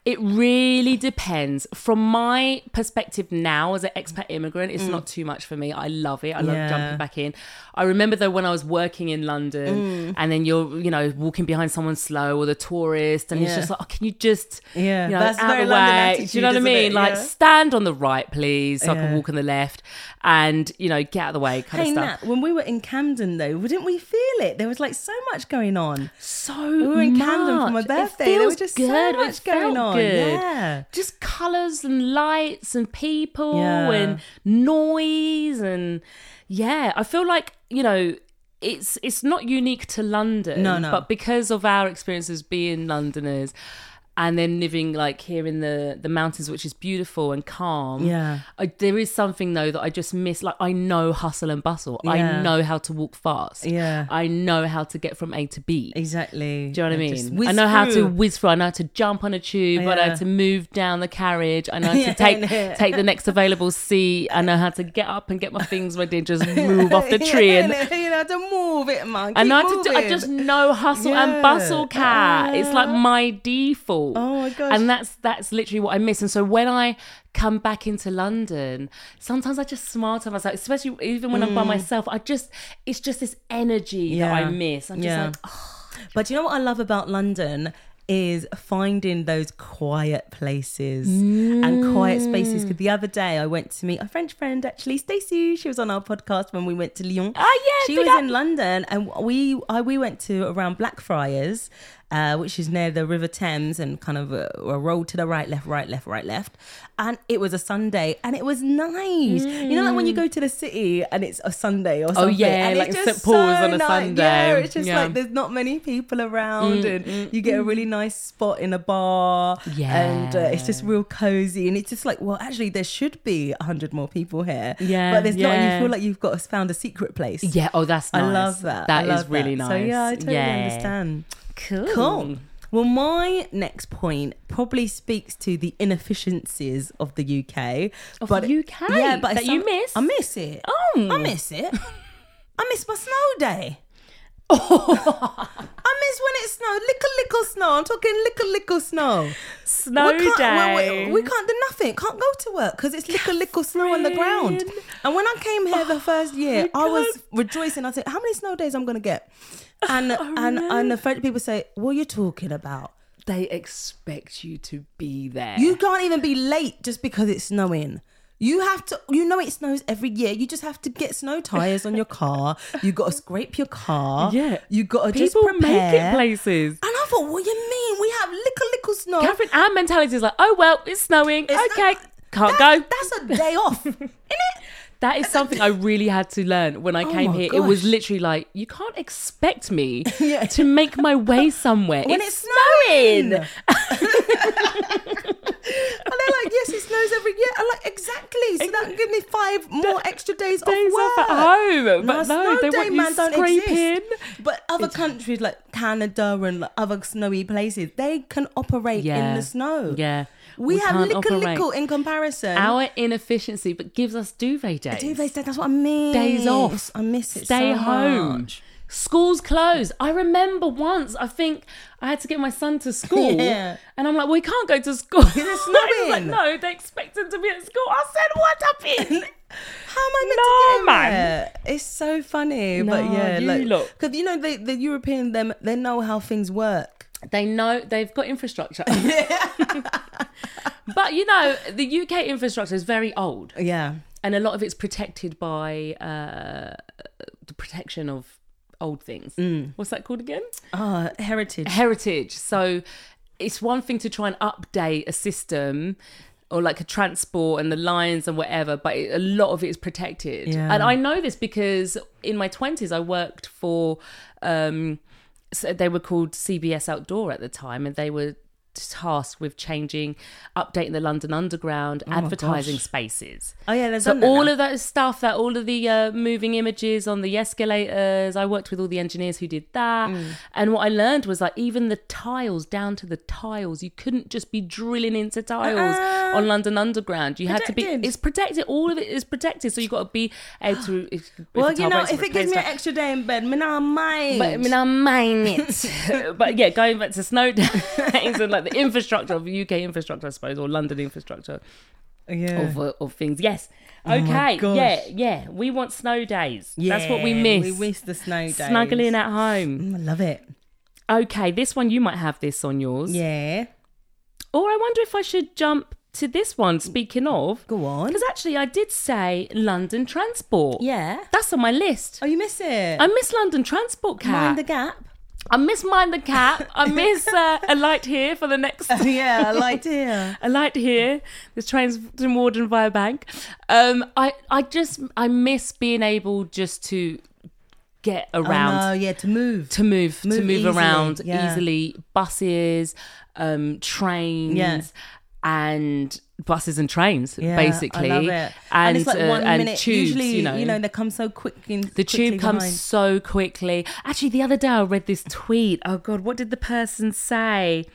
A: it really depends. From my perspective now as an expat immigrant, it's not too much for me. I love it. I love
B: Mm. Yeah.
A: jumping back in. I remember though when I was working in
B: Mm.
A: London and then you're, you know, walking behind someone slow or the tourist and it's
B: Yeah.
A: just like, oh, can you just,
B: Yeah,
A: you know,
B: that's
A: out
B: very
A: the
B: London
A: way. Do you
B: attitude,
A: know what I
B: isn't
A: mean?
B: it?
A: Like,
B: Yeah.
A: stand on the right, please, so I can
B: Yeah.
A: walk on the left and, you know, get out of the way kind
B: Hey
A: of stuff.
B: Nat, when we were in Camden though, didn't we feel it? There was like so much going on.
A: so
B: We were in Camden for my
A: much. It
B: birthday. There was
A: feels
B: just so
A: good. It
B: much going
A: felt
B: on.
A: good.
B: Yeah.
A: Just colours and lights and people
B: Yeah.
A: and noise and yeah. I feel like, you know, it's it's not unique to London.
B: No, no.
A: But because of our experiences being Londoners and then living like here in the the mountains, which is beautiful and calm.
B: Yeah.
A: I, there is something though that I just miss. Like I know hustle and bustle. I
B: Yeah.
A: know how to walk fast.
B: Yeah.
A: I know how to get from A to B.
B: Exactly.
A: Do you know what I
B: Just
A: mean?
B: whiz
A: I know how to
B: through.
A: whiz through. I know how to jump on a tube. I know how
B: Yeah.
A: to move down the carriage. I know how to
B: Yeah,
A: take
B: yeah.
A: take the next available seat. I know how to get up and get my things ready and just move off the tree.
B: Yeah,
A: And
B: you know, to move it, man.
A: I
B: Keep
A: know how to do. I
B: moving.
A: just know hustle and
B: Yeah.
A: bustle, cat. it's like
B: Yeah.
A: my default.
B: Oh my gosh.
A: And that's that's literally what I miss. And so when I come back into London, sometimes I just smile to myself, especially even when I'm by myself. I just it's just this energy that I
B: Mm. Yeah.
A: miss. I'm just
B: Yeah.
A: like,
B: But you know what I love about London is finding those quiet places and quiet spaces.
A: Mm.
B: Because the other day I went to meet a French friend, actually, Stacey. She was on our podcast when we went to Lyon.
A: Ah, yeah,
B: she
A: big
B: was
A: up.
B: in London, and we I, we went to around Blackfriars, uh, which is near the River Thames, and kind of a, a road to the right, left, right, left, right, left. And it was a Sunday, and it was nice. You know, like when you go to the city and it's a Sunday or something.
A: Mm. Oh, yeah,
B: and
A: like
B: it's
A: St.
B: just
A: Paul's on a
B: nice.
A: Sunday.
B: Yeah, it's just
A: Yeah.
B: like there's not many people around,
A: Mm,
B: and you get a really nice spot in a bar. and uh, it's just real cozy, and it's just like, well, actually, there should be a hundred more people here.
A: Yeah,
B: but there's not. and
A: yeah.
B: You feel like you've got found a secret place.
A: Yeah. Oh, that's nice.
B: I love that.
A: That
B: I
A: is
B: love
A: really
B: that.
A: nice.
B: So yeah, I totally
A: Yeah.
B: understand.
A: Cool.
B: Cool. Well, my next point probably speaks to the inefficiencies of the UK.
A: Of the UK? That you miss?
B: I miss it.
A: Oh.
B: I miss it. I miss my snow day. I miss when it snowed. Little, little snow. I'm talking little, little snow.
A: Snow
B: we can't,
A: day.
B: We, we- we can't do nothing. Can't go to work because it's little, little snow on the ground.
A: Catherine. Oh,
B: And when I came here the first year,
A: my
B: I was rejoicing. I said, "How many snow days I'm gonna get?" And
A: Oh,
B: and and the French people say, "What are you talking about?
A: they expect you to be there.
B: You can't even be late just because it's snowing." You have to, you know, it snows every year. You just have to get snow tires on your car. You got to scrape your car.
A: Yeah.
B: you got to just
A: People
B: prepare.
A: make it places.
B: And I thought, what do you mean? We have little, little snow.
A: Catherine, our mentality is like, oh well, it's snowing.
B: Oh. It's
A: okay,
B: not-
A: can't
B: that's,
A: go.
B: That's a day off, isn't it?
A: That is something I really had to learn when I came
B: Oh my
A: here. It was
B: gosh.
A: literally like, you can't expect me
B: Yeah.
A: to make my way somewhere
B: When
A: It's-
B: it's snowing. and they're like, yes, it snows every year. I'm like, exactly. So that give me five more extra days, off
A: days
B: work.
A: off at home.
B: No,
A: But no,
B: snow
A: they
B: day,
A: want you
B: man, don't
A: scraping.
B: exist. But other countries like Canada and like, other snowy places, they can operate
A: Yeah.
B: in the snow.
A: Yeah.
B: We, have
A: can't
B: little,
A: operate.
B: little in comparison.
A: our inefficiency, but gives us duvet days.
B: Duvet days, that's what I mean.
A: Days off.
B: I miss it.
A: Stay
B: so
A: home.
B: much.
A: Schools closed. I remember once, I think I had to get my son to school.
B: Yeah.
A: And I'm like, well, we can't go to school. He's like,
B: snobbing.
A: no, they expect him to be at school. I said, what up in?
B: How am I meant
A: No,
B: to get in
A: man.
B: there? It's so funny, but
A: No,
B: yeah,
A: you
B: like,
A: look.
B: because you know they, the European them they know how things work.
A: they know they've got infrastructure. but you know, the UK infrastructure is very old.
B: Yeah,
A: and a lot of it's protected by uh, the protection of old things.
B: Mm.
A: What's that called again?
B: ah, heritage.
A: Heritage. So it's one thing to try and update a system or like a transport and the lines and whatever, but it, a lot of it is protected.
B: Yeah.
A: And I know this because in my 20s, I worked for, um, so they were called CBS Outdoor at the time, and they were tasked with changing, updating the London Underground, advertising
B: Oh, gosh.
A: spaces.
B: Oh yeah, there's
A: So all of that stuff, that all of the uh, moving images on the escalators, I worked with all the engineers who did that.
B: Mm.
A: And what I learned was like even the tiles down to the tiles, you couldn't just be drilling into tiles
B: Uh-uh.
A: on London Underground. You had to
B: Protected.
A: be. It's protected. All of it is protected. So you got to be able to. If, if
B: well,
A: the
B: you
A: tile
B: know,
A: breaks,
B: if it gives
A: replace
B: me
A: that.
B: an extra day in bed, me not mind.
A: But I mean, I mine it. but yeah, going back to Snowdonia and like the infrastructure of UK infrastructure, I suppose, or London infrastructure
B: yeah, Oh
A: of, uh, of things. Yes. Okay.
B: gosh.
A: yeah. Yeah. We want snow days. That's what we
B: Yeah,
A: miss.
B: We miss the snow days.
A: Snuggling at home.
B: Mm, I love it.
A: Okay. This one, you might have this on yours.
B: Yeah,
A: Or I wonder if I should jump to this one, speaking of.
B: go on.
A: Because actually, I did say London transport.
B: Yeah.
A: That's on my list.
B: Oh, you miss it.
A: I miss London transport, Cat.
B: Mind the gap.
A: I miss Mind the Cat. I miss uh, A Light Here for the next
B: yeah, I liked it. Yeah.
A: I liked here the trains to Morden via Bank. Um, I I just I miss being able just to get around.
B: Oh, no, yeah, to move.
A: To move, to
B: Move
A: move
B: easily,
A: around
B: yeah.
A: easily, buses, um, trains,
B: Yeah.
A: and buses and trains,
B: Yeah,
A: basically.
B: I love it. And,
A: And,
B: it's like
A: uh,
B: one
A: and
B: minute.
A: tubes,
B: Usually,
A: you know,
B: they come so quickly.
A: the tube comes so quickly. Actually, the other day I read this tweet. Oh God, what did the person say?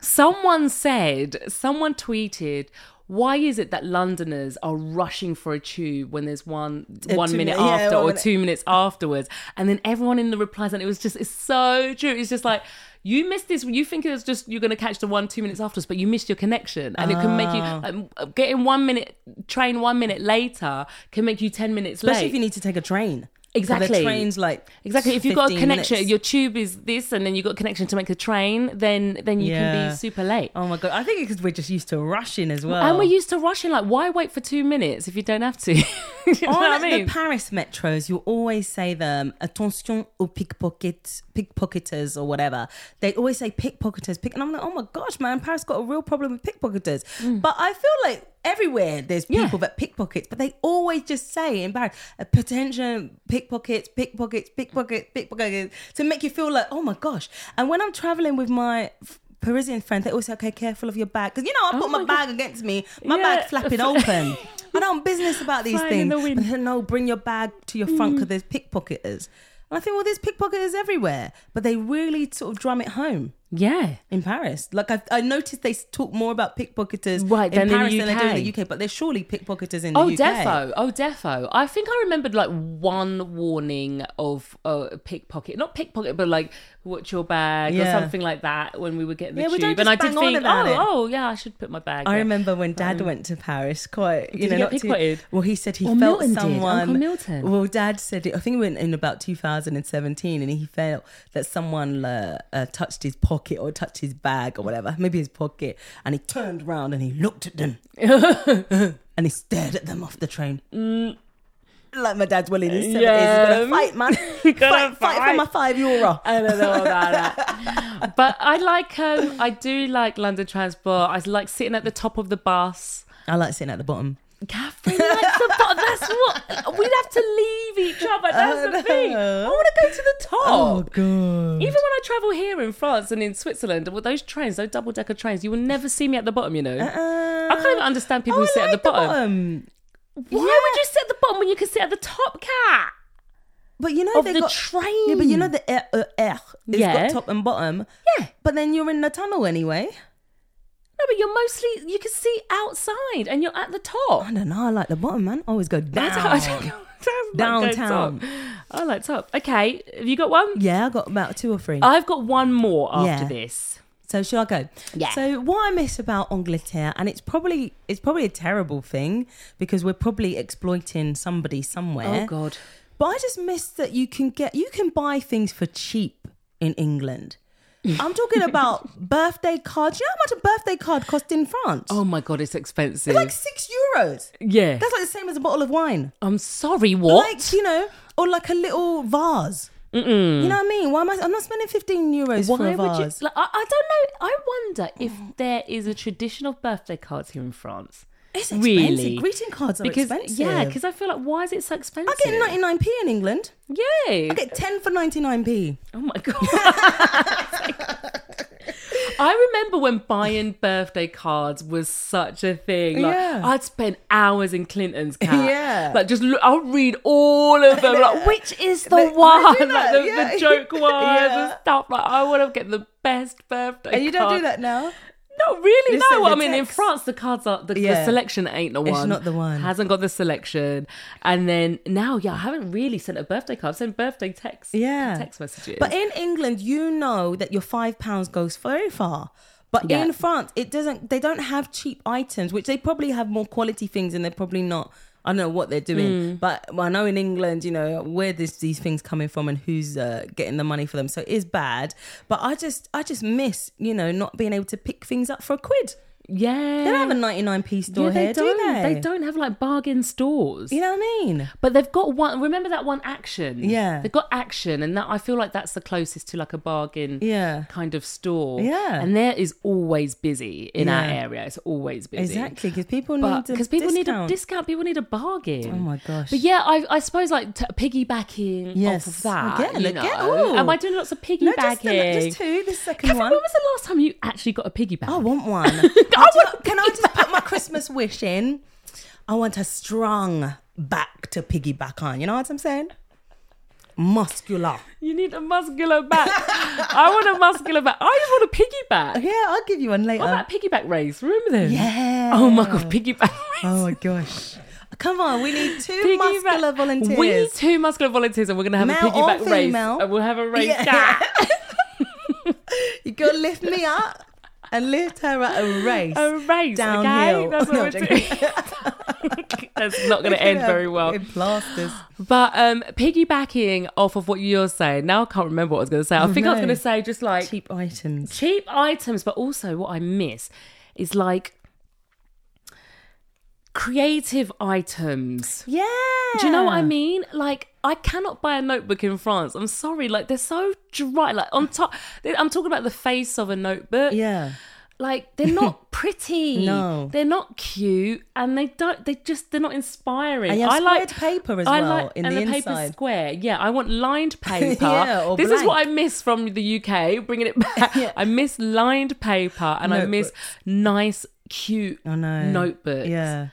A: Someone said, someone tweeted, why is it that Londoners are rushing for a tube when there's one one
B: two
A: minute
B: minute- yeah,
A: after
B: one
A: or
B: minute.
A: two minutes afterwards? And then everyone in the replies, and it was just, it's so true. It's just like, you missed this. You think it was just you're going to catch the one two minutes afterwards, but you missed your connection, and it can make you
B: Ah.
A: like, getting one minute train one minute later can make you ten minutes late.
B: Especially if you need to take a train. 'Cause The
A: Exactly.
B: train's like
A: Exactly. If you've got a
B: 15
A: connection,
B: minutes.
A: your tube is this, and then you've got a connection to make the train, then then you can
B: Yeah.
A: be super late.
B: oh my god, I think because we're just used to rushing as well.
A: And we're used to rushing. Like, why wait for two minutes if you don't have to? you know
B: on
A: what I mean?
B: the Paris metros, you always say them attention aux pickpockets, pickpocketers or whatever. They always say pickpocketers, pick, and I'm like, oh my gosh, man, Paris got a real problem with pickpocketers.
A: Mm.
B: But I feel like everywhere there's people that pickpockets, but they always just say in Paris, a potential pickpockets, pickpockets, pickpockets, pickpockets, to make you feel like, oh my gosh. And when I'm traveling with my f- Parisian friend, they always say, okay, careful of your bag. Because, you know, I put my,
A: Oh my
B: bag against me, my
A: Yeah.
B: bag flapping open. I don't business about these
A: Flying
B: things.
A: in the wind. Mm.
B: But no, bring your bag to your front because there's pickpocketers. And I think, well, there's pickpocketers everywhere, but they really sort of drum it home
A: yeah.
B: in Paris. Like I've, I noticed they talk more about pickpocketers
A: Right,
B: in
A: than in
B: Paris
A: the
B: than they do in
A: UK.
B: the UK. But there's surely pickpocketers in the
A: Oh,
B: UK.
A: defo. Oh, defo. I think I remembered like one warning of uh, pickpocket, not pickpocket, but like watch your bag
B: Yeah.
A: or something like that when we would get the
B: Yeah,
A: tube.
B: we don't just
A: and I did
B: bang on
A: think,
B: about
A: oh,
B: it.
A: oh, yeah, I should put my bag.
B: I
A: there.
B: remember when Dad went to Paris. Quite, you
A: Did
B: know,
A: he
B: not
A: get pickpocketed?
B: Too, well, he said he
A: Or
B: felt
A: Milton did,
B: someone.
A: Uncle Milton.
B: Well, Dad said it. I think it went in about 2017, and he felt that someone uh, uh, touched his pocket or touched his bag or whatever, maybe his pocket, and he turned round and he looked at them, and he stared at them off the train. Like my dad's well in his
A: Mm. Yeah.
B: seventies, he's gonna fight, man. fight, fight
A: Gonna
B: for
A: fight. Uh,
B: my five euro.
A: I don't know about that. But I like um I do like London transport. I like sitting at the top of the bus.
B: I like sitting at the bottom.
A: Catherine likes the bus. That's what we'd have to leave each other. That's the thing. I want to go to the top.
B: Uh, Oh, god!
A: Even when I travel here in France and in Switzerland, with those trains, those double decker trains, you will never see me at the bottom. You know, Uh-uh. I can't even understand people
B: Oh,
A: who
B: I
A: sit at the
B: like
A: bottom.
B: bottom.
A: Why would you sit at the bottom when you can sit at the top, cat?
B: But you know
A: Of
B: they
A: the
B: got,
A: train.
B: Yeah, but you know the air, uh, air it's
A: Yeah.
B: got top and bottom.
A: Yeah.
B: But then you're in the tunnel anyway.
A: No, but you're mostly you can see outside and you're at the top.
B: I don't know. I like the bottom, man. I always go down.
A: That's how I don't know. That's like going
B: Downtown.
A: top. I like top. Okay, have you got one?
B: Yeah, I got about two or three.
A: I've got one more
B: Yeah.
A: after this.
B: So shall I go?
A: Yeah.
B: So what I miss about Angleterre, and it's probably it's probably a terrible thing because we're probably exploiting somebody somewhere.
A: Oh God.
B: But I just miss that you can get you can buy things for cheap in England. I'm talking about birthday cards. You know how much a birthday card cost in France?
A: Oh my God, it's expensive.
B: It's like six euros.
A: yeah.
B: That's like the same as a bottle of wine.
A: I'm sorry. What?
B: Like you know, or like a little vase. Mm-mm. You know what I mean? Why am I? I'm not spending 15 euros for a vase.
A: Like, I, I don't know. I wonder if there is a tradition of birthday cards here in France.
B: It's
A: Really?
B: expensive. Greeting cards are
A: Because
B: expensive.
A: yeah, because I feel like why is it so expensive?
B: I get 99p in England.
A: Yay!
B: I get 10 for 99p.
A: Oh my god! I remember when buying birthday cards was such a thing. Like
B: Yeah.
A: I'd spend hours in Clinton's cat.
B: Yeah.
A: Like just look, I'll read all of them. Like which is the
B: They- I do
A: one? Like
B: that,
A: the,
B: yeah.
A: the joke ones and
B: Yeah.
A: stuff. Like I want to get the best birthday.
B: And you don't
A: card.
B: do that now?
A: Not really.
B: You
A: No,
B: send
A: Well, I
B: the
A: mean, in
B: text.
A: France, the cards are the, the
B: Yeah.
A: selection ain't the one.
B: not the one.
A: Hasn't got the selection. And then now, yeah, I haven't really sent a birthday card. I've sent birthday texts.
B: Yeah.
A: text messages.
B: But in England, you know that your £5 pounds goes very far. But
A: Yeah.
B: in France, it doesn't. They don't have cheap items, which they probably have more quality things, and they're probably not. I don't know what they're
A: Hmm.
B: doing, but well, I know in England, you know where this, these things coming from and who's uh, getting the money for them. So it is bad. But I just, I just miss, you know, not being able to pick things up for a quid.
A: yeah,
B: They don't have a ninety-nine p store
A: yeah, they
B: here,
A: don't.
B: do they?
A: They don't have like bargain stores.
B: You know what I mean?
A: But they've got one. Remember that one action?
B: Yeah.
A: they've got action, and that I feel like that's the closest to like a bargain.
B: Yeah.
A: kind of store.
B: Yeah.
A: and there is always busy in our
B: Yeah.
A: area. It's always busy.
B: Exactly, because people need
A: But because people need a discount, people need a bargain.
B: Oh my gosh.
A: But yeah, I, I suppose like t- piggybacking
B: Yes.
A: off of that.
B: Again,
A: you
B: again.
A: know?
B: Ooh.
A: Am I doing lots of piggybacking?
B: no, just, the- just two. The second
A: Catherine,
B: one.
A: when was the last time you actually got a piggyback?
B: I want one. I want, can I just put my Christmas wish in? I want a strong back to piggyback on. You know what I'm saying? Muscular.
A: You need a muscular back. I want a muscular back. I just want a piggyback.
B: Yeah, I'll give you one later.
A: What about piggyback race? Remember them?
B: um, yeah.
A: Oh my god, piggyback race.
B: Oh my gosh. Come on, we need two
A: Piggyback-
B: muscular volunteers.
A: We need two muscular volunteers, and we're gonna have a
B: Male or
A: piggyback race.
B: female?
A: And we'll have a race.
B: Yeah. you go lift me up and lift her at a race.
A: a race. Okay,
B: Downhill.
A: that's what
B: No,
A: we're
B: I'm
A: doing. that's not going to end
B: Yeah,
A: very well.
B: In plasters.
A: But um, piggybacking off of what you're saying, now I can't remember what I was going to say. I think I was
B: no.
A: going to say just like cheap.
B: Cheap items.
A: items, but also what I miss is like creative items.
B: Yeah.
A: Do you know what I mean? Like, I cannot buy a notebook in France. I'm sorry. Like, they're so dry. Like, on top, I'm talking about the face of a notebook
B: Yeah.
A: like they're not pretty
B: No.
A: they're not cute and they don't they just they're not inspiring
B: And you have
A: i like
B: squared paper as
A: I
B: well
A: like,
B: in
A: and
B: the
A: paper's
B: inside.
A: square yeah i want lined paper
B: Yeah, or
A: this is what
B: blank.
A: i miss from the uk bringing it back i miss lined paper and i miss nice cute
B: I know.
A: notebooks
B: Yeah.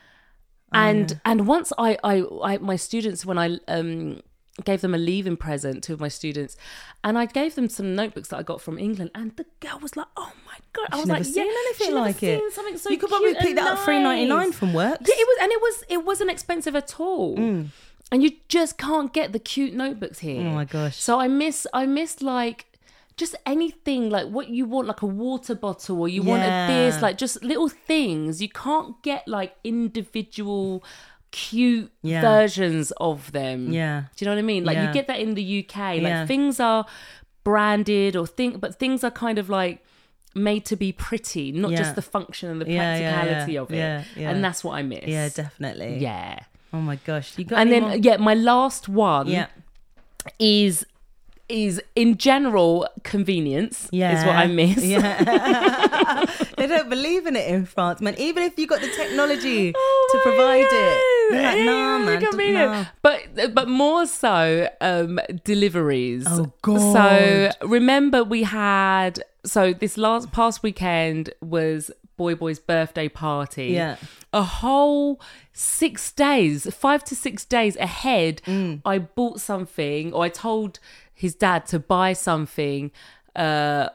A: and and once I, I I my students when I um gave them a leaving present two of my students and I gave them some notebooks that I got from England and the girl was like oh my god I was
B: never
A: like
B: seen
A: yeah
B: anything
A: she'd never
B: like it.
A: seen something so
B: you could
A: cute
B: probably
A: and
B: pick that up
A: nice.
B: three ninety nine from works.
A: yeah it was and it was it wasn't expensive at all and you just can't get the cute notebooks here
B: Mm. Oh my gosh.
A: so I miss I miss like just anything like what you want like a water bottle or you want a
B: Yeah.
A: this like just little things you can't get like individual cute
B: Yeah.
A: versions of them
B: Yeah.
A: do you know what I mean like you
B: Yeah.
A: get that in the UK like
B: Yeah.
A: things are branded or think but things are kind of like made to be pretty not
B: Yeah.
A: just the function and the
B: Yeah, yeah, yeah.
A: practicality of it
B: Yeah, yeah.
A: and that's what I miss
B: Yeah, definitely.
A: yeah
B: Oh my gosh. You got
A: and
B: any
A: then
B: more?
A: yeah my last one
B: yeah.
A: is is in general convenience
B: Yeah.
A: is what I miss.
B: Yeah. they don't believe in it in France, man. Even if you got the technology to
A: Oh my
B: provide it.
A: God.
B: They're like,
A: Yeah,
B: nah,
A: the
B: man. d-
A: convenience.
B: nah."
A: But but more so um deliveries.
B: Oh, God.
A: So remember we had so this last past weekend was Boy Boy's birthday party.
B: Yeah.
A: A whole six days, five to six days ahead,
B: Mm.
A: I bought something or I told his dad to buy something uh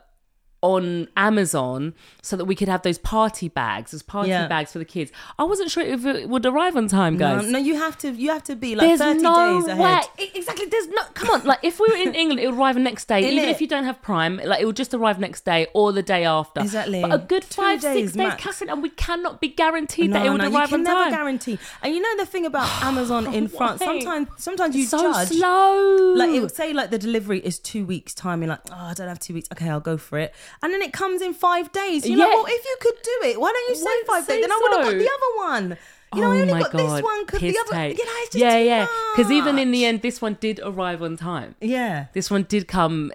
A: on Amazon so that we could have those party bags, those party
B: Yeah.
A: bags for the kids. I wasn't sure if it would arrive on time,
B: Um, No,
A: guys.
B: no, you have to you have to be like
A: There's
B: thirty
A: no
B: days
A: way.
B: ahead.
A: E- Exactly. There's no. Come come on, like if we were in England, it would arrive the next day.
B: Innit?
A: Even if you don't have Prime, like it would just arrive next day or the day after.
B: Exactly.
A: But a good
B: Two
A: five, six
B: days
A: days,
B: max.
A: Catherine, and we cannot be guaranteed that it would
B: you
A: arrive
B: can
A: on
B: never
A: time.
B: guarantee. And you know the thing about Amazon in France,
A: Why?
B: sometimes sometimes you
A: so
B: judge.
A: slow.
B: Like it would say like the delivery is two weeks time. You're like, oh, I don't have two weeks. Okay, I'll go for it. And then it comes in five days. You're like,
A: Yeah.
B: well, if you could do it, why don't you say
A: Why
B: five
A: say
B: days? Then I would have
A: so?
B: got the other one. You know,
A: oh
B: I only
A: my
B: got
A: god!
B: this one because
A: Piss
B: the other.
A: take.
B: You know, it's just
A: yeah,
B: too
A: yeah. Because even in
B: much.
A: the end, this one did arrive on time.
B: yeah,
A: This one did come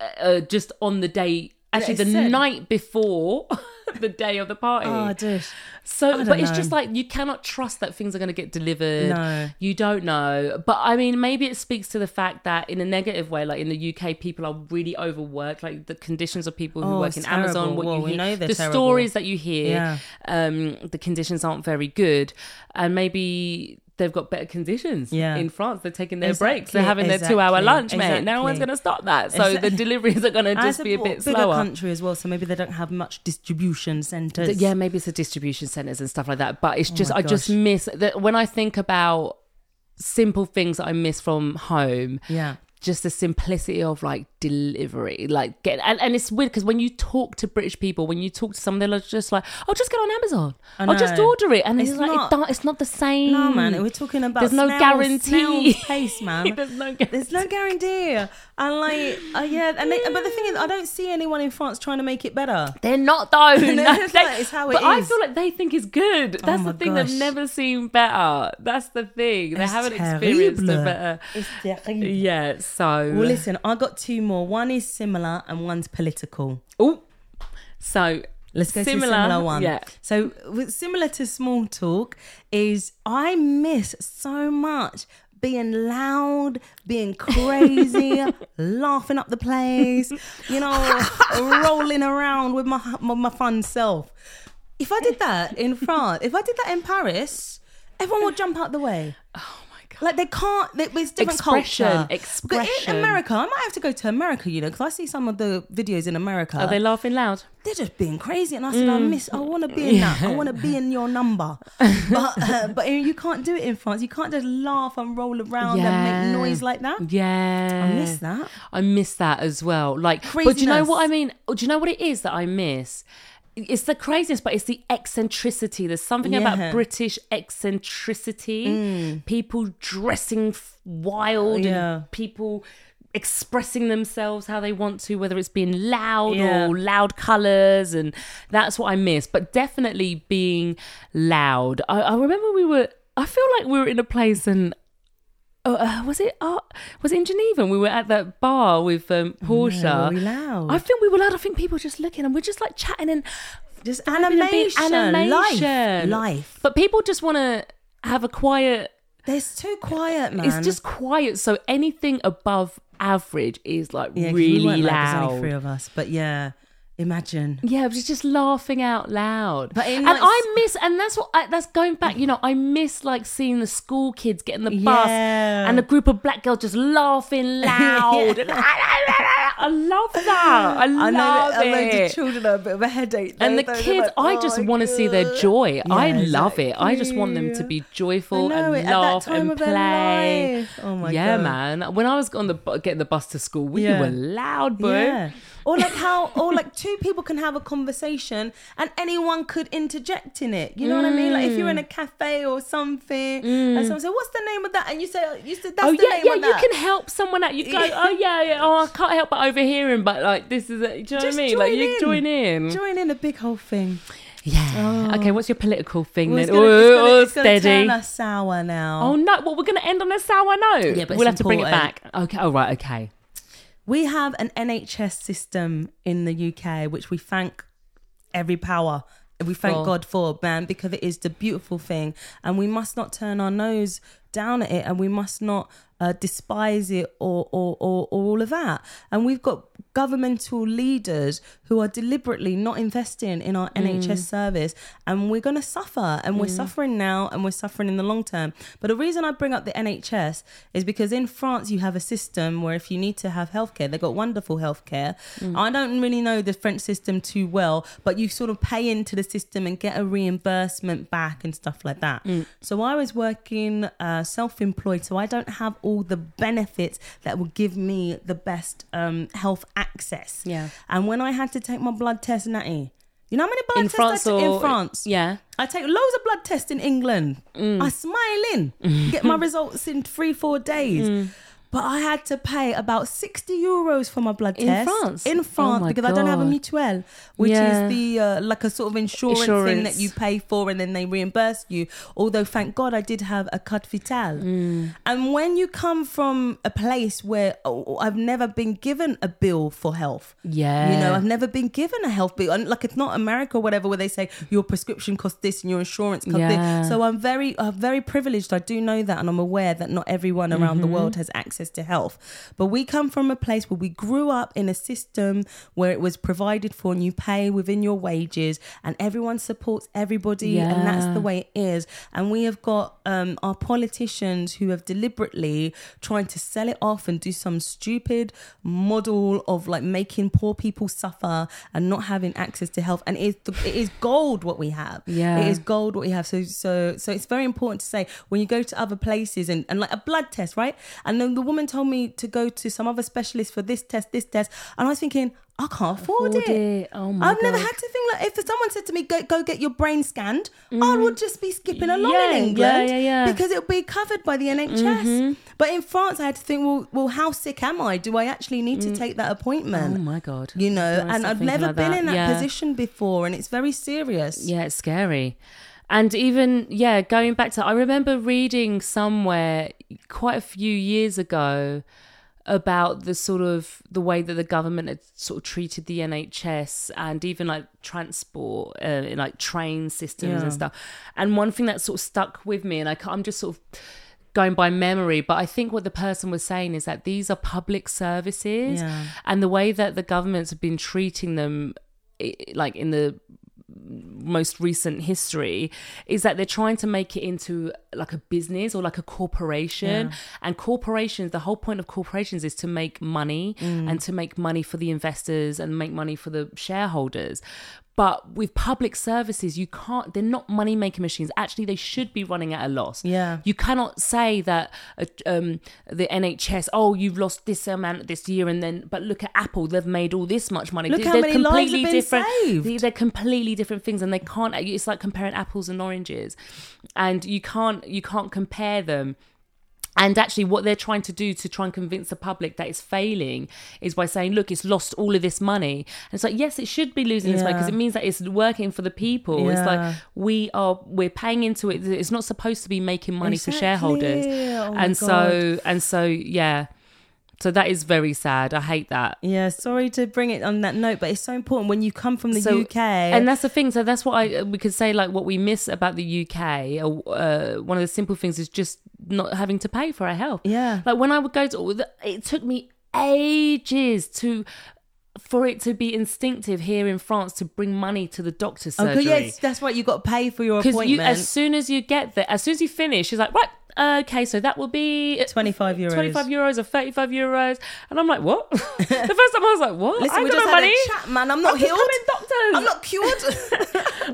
A: uh, uh, just on the day. Actually,
B: it
A: the
B: said.
A: night before the day of the party.
B: oh, dude.
A: So,
B: don't
A: but it's
B: know.
A: just like you cannot trust that things are going to get delivered.
B: No.
A: You don't know. But I mean, maybe it speaks to the fact that in a negative way, like in the UK, people are really overworked. Like the conditions of people who
B: Oh,
A: work
B: it's
A: in Amazon,
B: terrible.
A: what
B: Well,
A: you
B: we
A: hear,
B: know they're
A: the
B: terrible.
A: stories that you hear,
B: Yeah.
A: um, the conditions aren't very good. And maybe they've got better conditions
B: Yeah.
A: in France. They're taking their breaks.
B: Exactly,
A: They're having their two hour
B: exactly,
A: lunch, mate. No
B: exactly.
A: one's going to stop that. So
B: Exactly.
A: the deliveries are going to
B: And it's
A: just be a bit
B: bigger
A: slower.
B: country as well, so maybe they don't have much distribution centers.
A: Th- yeah, maybe it's the distribution centers and stuff like that. But it's just,
B: Oh my
A: I just
B: gosh.
A: miss that when I think about simple things that I miss from home.
B: yeah.
A: Just the simplicity of like delivery, like get and, and it's weird because when you talk to British people, when you talk to someone, they're just like, "I'll just get on Amazon,
B: I
A: I'll just
B: know.
A: order it," and it's,
B: It's
A: like
B: not-
A: it don't, it's not the same.
B: No, Oh, man, we're talking about
A: There's no
B: snail's-
A: guarantee.
B: snail's pace, man.
A: There's no guarantee.
B: There's no guarantee, and like, uh, yeah, and they, but the thing is, I don't see anyone in France trying to make it better.
A: They're not though.
B: No,
A: No,
B: it's
A: they-
B: not. It's how it
A: but I
B: is.
A: feel like they think it's good. That's
B: Oh my
A: the thing.
B: gosh.
A: They've never seen
B: Oh,
A: better. That's the thing. They
B: It's
A: haven't experienced the
B: terrible.
A: better.
B: It's terrible.
A: Yeah. So.
B: Well, listen, I got two more. One is similar, and one's political.
A: oh. So.
B: Let's go
A: similar,
B: to a similar one.
A: Yeah.
B: So with- similar to small talk is I miss so much being loud, being crazy, laughing up the place, you know, rolling around with my, my my fun self. If I did that in France, if I did that in Paris, everyone would jump out the way.
A: Oh my god.
B: Like they can't. They, it's different
A: Expression,
B: culture. Because
A: expression.
B: in America, I might have to go to America, you know, because I see some of the videos in America
A: Are they laughing loud?
B: they're just being crazy. And I said, I
A: Mm.
B: miss, I want to be in that. I want to be in your number. but uh, but you can't do it in France. You can't just laugh and roll around
A: Yeah.
B: and make noise like that.
A: Yeah.
B: I miss that.
A: I miss that as well. Like, but do you know
B: Craziness.
A: what I mean? Oh, Do you know what it is that I miss? It's the craziness, but it's the eccentricity. There's something
B: Yeah. Mm.
A: about British eccentricity. People dressing f- wild
B: Yeah.
A: and people expressing themselves how they want to, whether it's being loud
B: Yeah.
A: or loud colours. And that's what I miss. But definitely being loud. I, I remember we were, I feel like we were in a place and Oh, uh, was it? Uh, was it in Geneva? And we were at that bar with um,
B: Oh,
A: Portia.
B: were we loud?
A: I think we were loud. I think people were just looking, and we're just like chatting and
B: Just
A: having a
B: animation.
A: bit
B: Life.
A: animation,
B: Life.
A: But people just want to have a quiet.
B: There's too quiet, man.
A: It's just quiet. So anything above average is like
B: Yeah, 'cause we
A: really
B: weren't like- there's
A: loud.
B: only three of us. But yeah, imagine.
A: Yeah, it was just laughing out loud.
B: But in,
A: and
B: like,
A: I miss, and that's what I, that's going back. You know, I miss like seeing the school kids get in the bus
B: Yeah.
A: and a group of black girls just laughing loud. I love that. I,
B: I know
A: love
B: that a load
A: it.
B: of children are a bit of a headache.
A: and the
B: They're- they're
A: kids,
B: like,
A: I
B: "Oh
A: just
B: my
A: want to see their
B: God."
A: joy. I
B: Yeah,
A: love it. I just want them to
B: exactly.
A: be joyful
B: I know
A: and
B: it, at that
A: laugh
B: time
A: and
B: of their
A: play.
B: life. Oh my
A: yeah,
B: God.
A: man. When I was on the bu- getting the bus to school, we
B: Yeah.
A: were loud, bro.
B: Yeah. Or like how, or like two people can have a conversation and anyone could interject in it. You know what I mean? Like if you're in a
A: Mm.
B: cafe or something, and someone says, "What's the name of that?" and you say, "You said that's
A: oh
B: the
A: yeah,
B: name
A: yeah.
B: of
A: You
B: that."
A: can help someone out. You go,
B: Yeah.
A: oh yeah, yeah. Oh, I can't help but overhear him. But like, this is, a, do you know what I
B: Just
A: mean? Like,
B: join
A: you
B: in.
A: join in.
B: Join in a big whole thing.
A: yeah. Okay. What's your political thing
B: Well,
A: then?
B: it's gonna, it's gonna,
A: Ooh,
B: it's gonna
A: steady.
B: turn us sour now.
A: Oh no! Well, we're gonna end on a sour note.
B: Yeah, but
A: we'll have
B: it's
A: to bring it back.
B: important.
A: Okay. All right. Okay.
B: We have an NHS system in the UK, which we thank every power. We thank
A: For.
B: God for, man, because it is the beautiful thing. And we must not turn our nose down at it and we must not uh, despise it or, or, or, or all of that. And we've got governmental leaders who are deliberately not investing in our NHS service. And we're going to suffer. And we're suffering now and we're suffering in the long term. But the reason I bring up the NHS is because in France, you have a system where if you need to have healthcare, they've got wonderful healthcare.
A: Mm.
B: I don't really know the French system too well, but you sort of pay
A: Mm.
B: into the system and get a reimbursement back and stuff like that. So I was working uh, self-employed, so I don't have all the benefits that will give me the best um, health access.
A: Yeah.
B: And when I had to take my blood test, Natty, you know how many blood
A: in
B: tests
A: France
B: I took
A: or
B: in France?
A: Yeah.
B: I take loads of blood tests in England.
A: Mm.
B: I smile in, get my results in three, four days.
A: Mm.
B: But I had to pay about 60 euros for my blood
A: In
B: test.
A: France? Oh
B: In France,
A: my
B: because I don't have a
A: God.
B: mutuelle, which
A: Yeah.
B: is the uh, like a sort of insurance, thing that
A: Insurance.
B: you pay for and then they reimburse you. Although, thank God, I did have a carte vitale.
A: Mm.
B: And when you come from a place where oh, I've never been given a bill for health,
A: Yeah.
B: you know, I've never been given a health bill. And like, it's not America or whatever where they say your prescription costs this and your insurance costs
A: Yeah.
B: this. So I'm very, I'm very privileged. I do know that. And I'm aware that not everyone around the world
A: Mm-hmm.
B: has access to health. But we come from a place where we grew up in a system where it was provided for and you pay within your wages and everyone supports everybody. And that's the
A: Yeah.
B: way it is. And we have got um, our politicians who have deliberately trying to sell it off and do some stupid model of like making poor people suffer and not having access to health. And it is, it is gold what we have.
A: Yeah.
B: It is gold what we have. So so so it's very important to say when you go to other places and, and like a blood test, right? And then the woman told me to go to some other specialist for this test, this test. And I was thinking, I can't afford,
A: Afford
B: it.
A: it. Oh my
B: I've never
A: God.
B: had to think like if someone said to me, go go get your brain scanned, I would just be skipping along
A: Mm. Yeah,
B: in
A: yeah,
B: England.
A: yeah, yeah. Mm-hmm.
B: Because it'll be covered by the NHS. But in France I had to think, well well, how sick am I? Do I actually need to take that
A: Oh
B: appointment?
A: my god.
B: You know,
A: Sorry,
B: and
A: stop
B: I've
A: thinking
B: never
A: like
B: been
A: that.
B: in that
A: Yeah.
B: position before, and it's very serious.
A: Yeah, it's scary. And even, yeah, going back to, I remember reading somewhere quite a few years ago about the sort of the way that the government had sort of treated the NHS and even like transport, uh, like train systems
B: Yeah.
A: and stuff. And one thing that sort of stuck with me, and I, ca- I'm just sort of going by memory, but I think what the person was saying is that these are public services
B: Yeah.
A: and the way that the governments have been treating them, i- like in the most recent history is that they're trying to make it into like a business or like a corporation and corporations the whole point of corporations is to make money and to make money for the investors and make money for the shareholders but with public services you can't they're not money making machines actually they should be running at a loss
B: Yeah.
A: you cannot say that uh, um, the NHS oh you've lost this amount this year and then but look at Apple they've made all this much money
B: Look how many lives have been
A: different
B: saved.
A: they're completely different things and they can't it's like comparing apples and oranges and you can't you can't compare them and actually what they're trying to do to try and convince the public that it's failing is by saying look it's lost all of this money and it's like yes it should be losing this money because
B: Yeah.
A: it means that it's working for the people it's
B: Yeah.
A: like we are we're paying into it it's not supposed to be making money for
B: Exactly.
A: shareholders
B: Oh my
A: and so and so yeah so that is very sad i hate that
B: Yeah, sorry to bring it on that note, but it's so important when you come from the
A: So-
B: UK.
A: and that's the thing so that's what i uh, we could say like what we miss about the uk uh, one of the simple things is just not having to pay for our health
B: Yeah.
A: like when i would go to it took me ages to for it to be instinctive here in france to bring money to the doctor's
B: Oh, 'cause,
A: surgery
B: yes, that's right. You got to pay for your
A: because
B: appointment.
A: you as soon as you get there as soon as you finish it's like right okay so that will be
B: 25 euros.
A: 25 euros or 35 euros and i'm like what the first time i was like what
B: Listen,
A: i
B: we
A: ain't got
B: just
A: no
B: had
A: money
B: a chat, man. I'm not
A: I'm just
B: healed.
A: coming, doctors.
B: I'm not cured.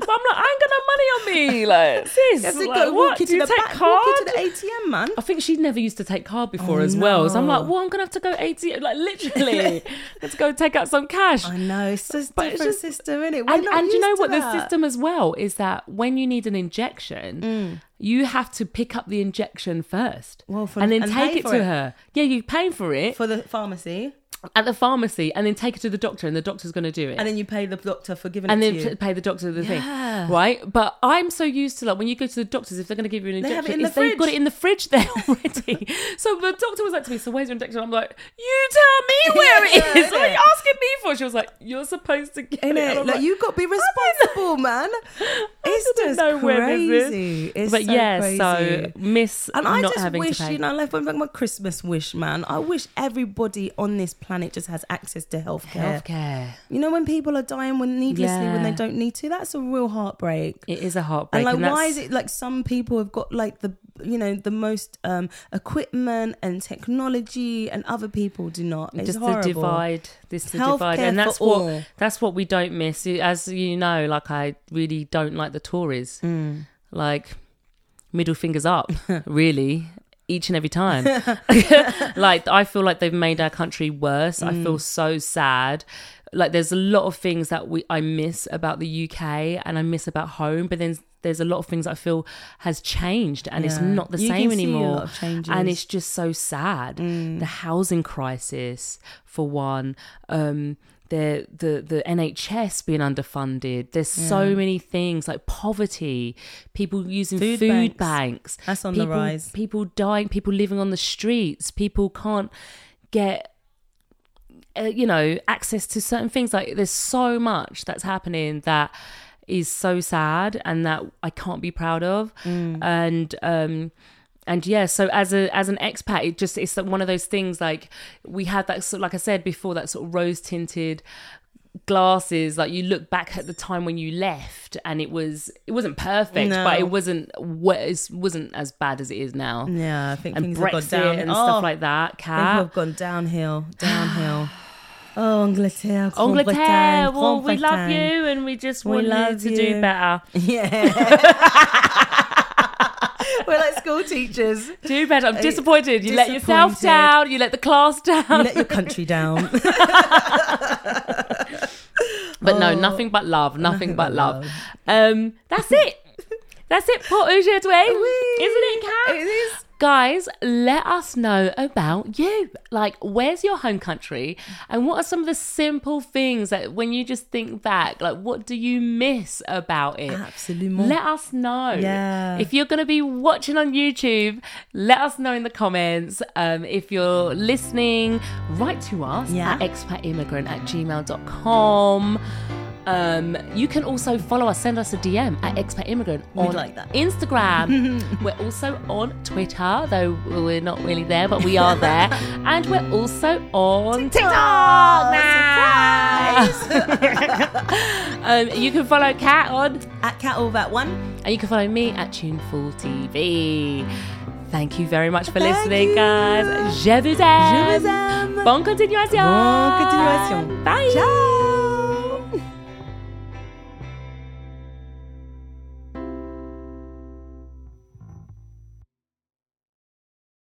A: but I'm like, I ain't got no money on me. Like, sis,
B: That's a
A: like,
B: go
A: what?
B: walk
A: Do
B: into
A: you
B: the
A: take
B: back,
A: card? Oh,
B: walk into the ATM, man.
A: I think she'd never used to take card before as well. So I'm like, well, I'm gonna have to go ATM, like literally, let's go take out some cash.
B: I know, it's just
A: But it's
B: different
A: just-
B: system, is it?
A: and and you know what? The system as well is that when you need an injection, you have to pick up the injection first,
B: Well, for-
A: and then
B: and
A: take
B: pay
A: it
B: for
A: to
B: it.
A: her. Yeah, you pay for it
B: for the pharmacy,
A: at the pharmacy, and then take it to the doctor, and the doctor's gonna do it.
B: and then you pay the doctor for giving
A: and
B: it
A: then
B: to you.
A: p- pay the doctor the
B: Yeah.
A: thing, right? But I'm so used to like when you go to the doctors, if they're going to give you an
B: They
A: injection,
B: have it in
A: it's-
B: the
A: they've got it
B: fridge.
A: in the fridge there already. so the doctor was like to me, "So where's your injection?" I'm like, "You tell me where it
B: Yeah,
A: is. What are
B: innit?
A: you asking me for?" She was like, "You're supposed to get
B: In
A: it."
B: it,
A: And I'm
B: like, you got to be responsible, man. It's
A: didn't
B: just
A: know where this is.
B: crazy. It's
A: but
B: so
A: yeah,
B: crazy.
A: so miss
B: And
A: not
B: I just
A: having
B: wish,
A: to pay.
B: you know, like my, my Christmas wish, man. I wish everybody on this planet just has access to healthcare.
A: Healthcare.
B: You know, when people are dying when needlessly when they
A: Yeah.
B: don't need to, that's a real heartbreak.
A: It is a
B: And
A: heartbreak.
B: like,
A: and
B: why
A: that's-
B: is it like some people have got like the you know the most um equipment and technology, and other people do not? It's
A: just
B: horrible.
A: the divide this the
B: Healthcare
A: divide and
B: for
A: that's what
B: all.
A: that's what we don't miss as you know like i
B: Mm.
A: really don't like the tories like middle fingers up really each and every time. like I feel like they've made our country worse. I
B: Mm.
A: feel so sad. Like there's a lot of things that we I miss about the UK and I miss about home, but then there's a lot of things I feel has changed and it's
B: Yeah.
A: not the
B: You can
A: same
B: see a
A: anymore.
B: lot of changes. Mm.
A: And it's just so sad. The housing crisis for one, um the, the the NHS being underfunded. There's so many things like poverty, people using food,
B: Food
A: banks.
B: banks.
A: That's
B: That's
A: on
B: on the
A: people,
B: rise.
A: People dying, people living on the streets, people can't get, uh, you know, access to certain things. Like there's so much that's happening that is so sad and that I can't be proud of.
B: Mm.
A: And um, and yeah so as a as an expat it just it's one of those things like we had that sort like i said before that sort of rose tinted glasses like you look back at the time when you left and it was it wasn't perfect
B: No.
A: but it wasn't wa- it wasn't as bad as it is now
B: Yeah, I think
A: and
B: Mm. things have
A: brexit
B: gone down
A: and
B: oh,
A: stuff like that
B: People
A: cat
B: have gone downhill, downhill. Oh, Angleterre, Grand
A: Angleterre,
B: Bretagne,
A: well,
B: Grand
A: we love
B: Bretagne.
A: you and we just
B: We
A: want you
B: love
A: to
B: you.
A: do better.
B: Yeah. We're like school teachers. You
A: Do better. I'm disappointed. You let yourself
B: disappointed.
A: down. You let the class down.
B: let your country down.
A: But no,
B: Oh.
A: nothing but love, nothing but
B: but
A: love.
B: love.
A: Um, that's it. that's it. Port Aujourd
B: Whee!
A: isn't it, Kat?
B: It is.
A: Guys, let us know about you. Like, where's your home country, and what are some of the simple things that, when you just think back, like, what do you miss about it?
B: Absolutely.
A: Let us know.
B: Yeah.
A: If you're going to be watching on YouTube, let us know in the comments. Um, if you're listening, write to us
B: Yeah.
A: at expatimmigrant at gmail.com. Um, you can also follow us, send us a DM at expatimmigrant
B: We'd
A: on
B: like that.
A: Instagram. we're also on Twitter, though we're not really there, but we are there. and we're also on TikTok now. um, you can follow Kat on
B: At Cat All That One.
A: and you can follow me at Tuneful TV. Thank you very much for
B: Thank
A: listening,
B: you.
A: guys. Je vous aime.
B: Je vous aime.
A: Bonne continuation.
B: Bonne continuation.
A: Bye.
B: Ciao.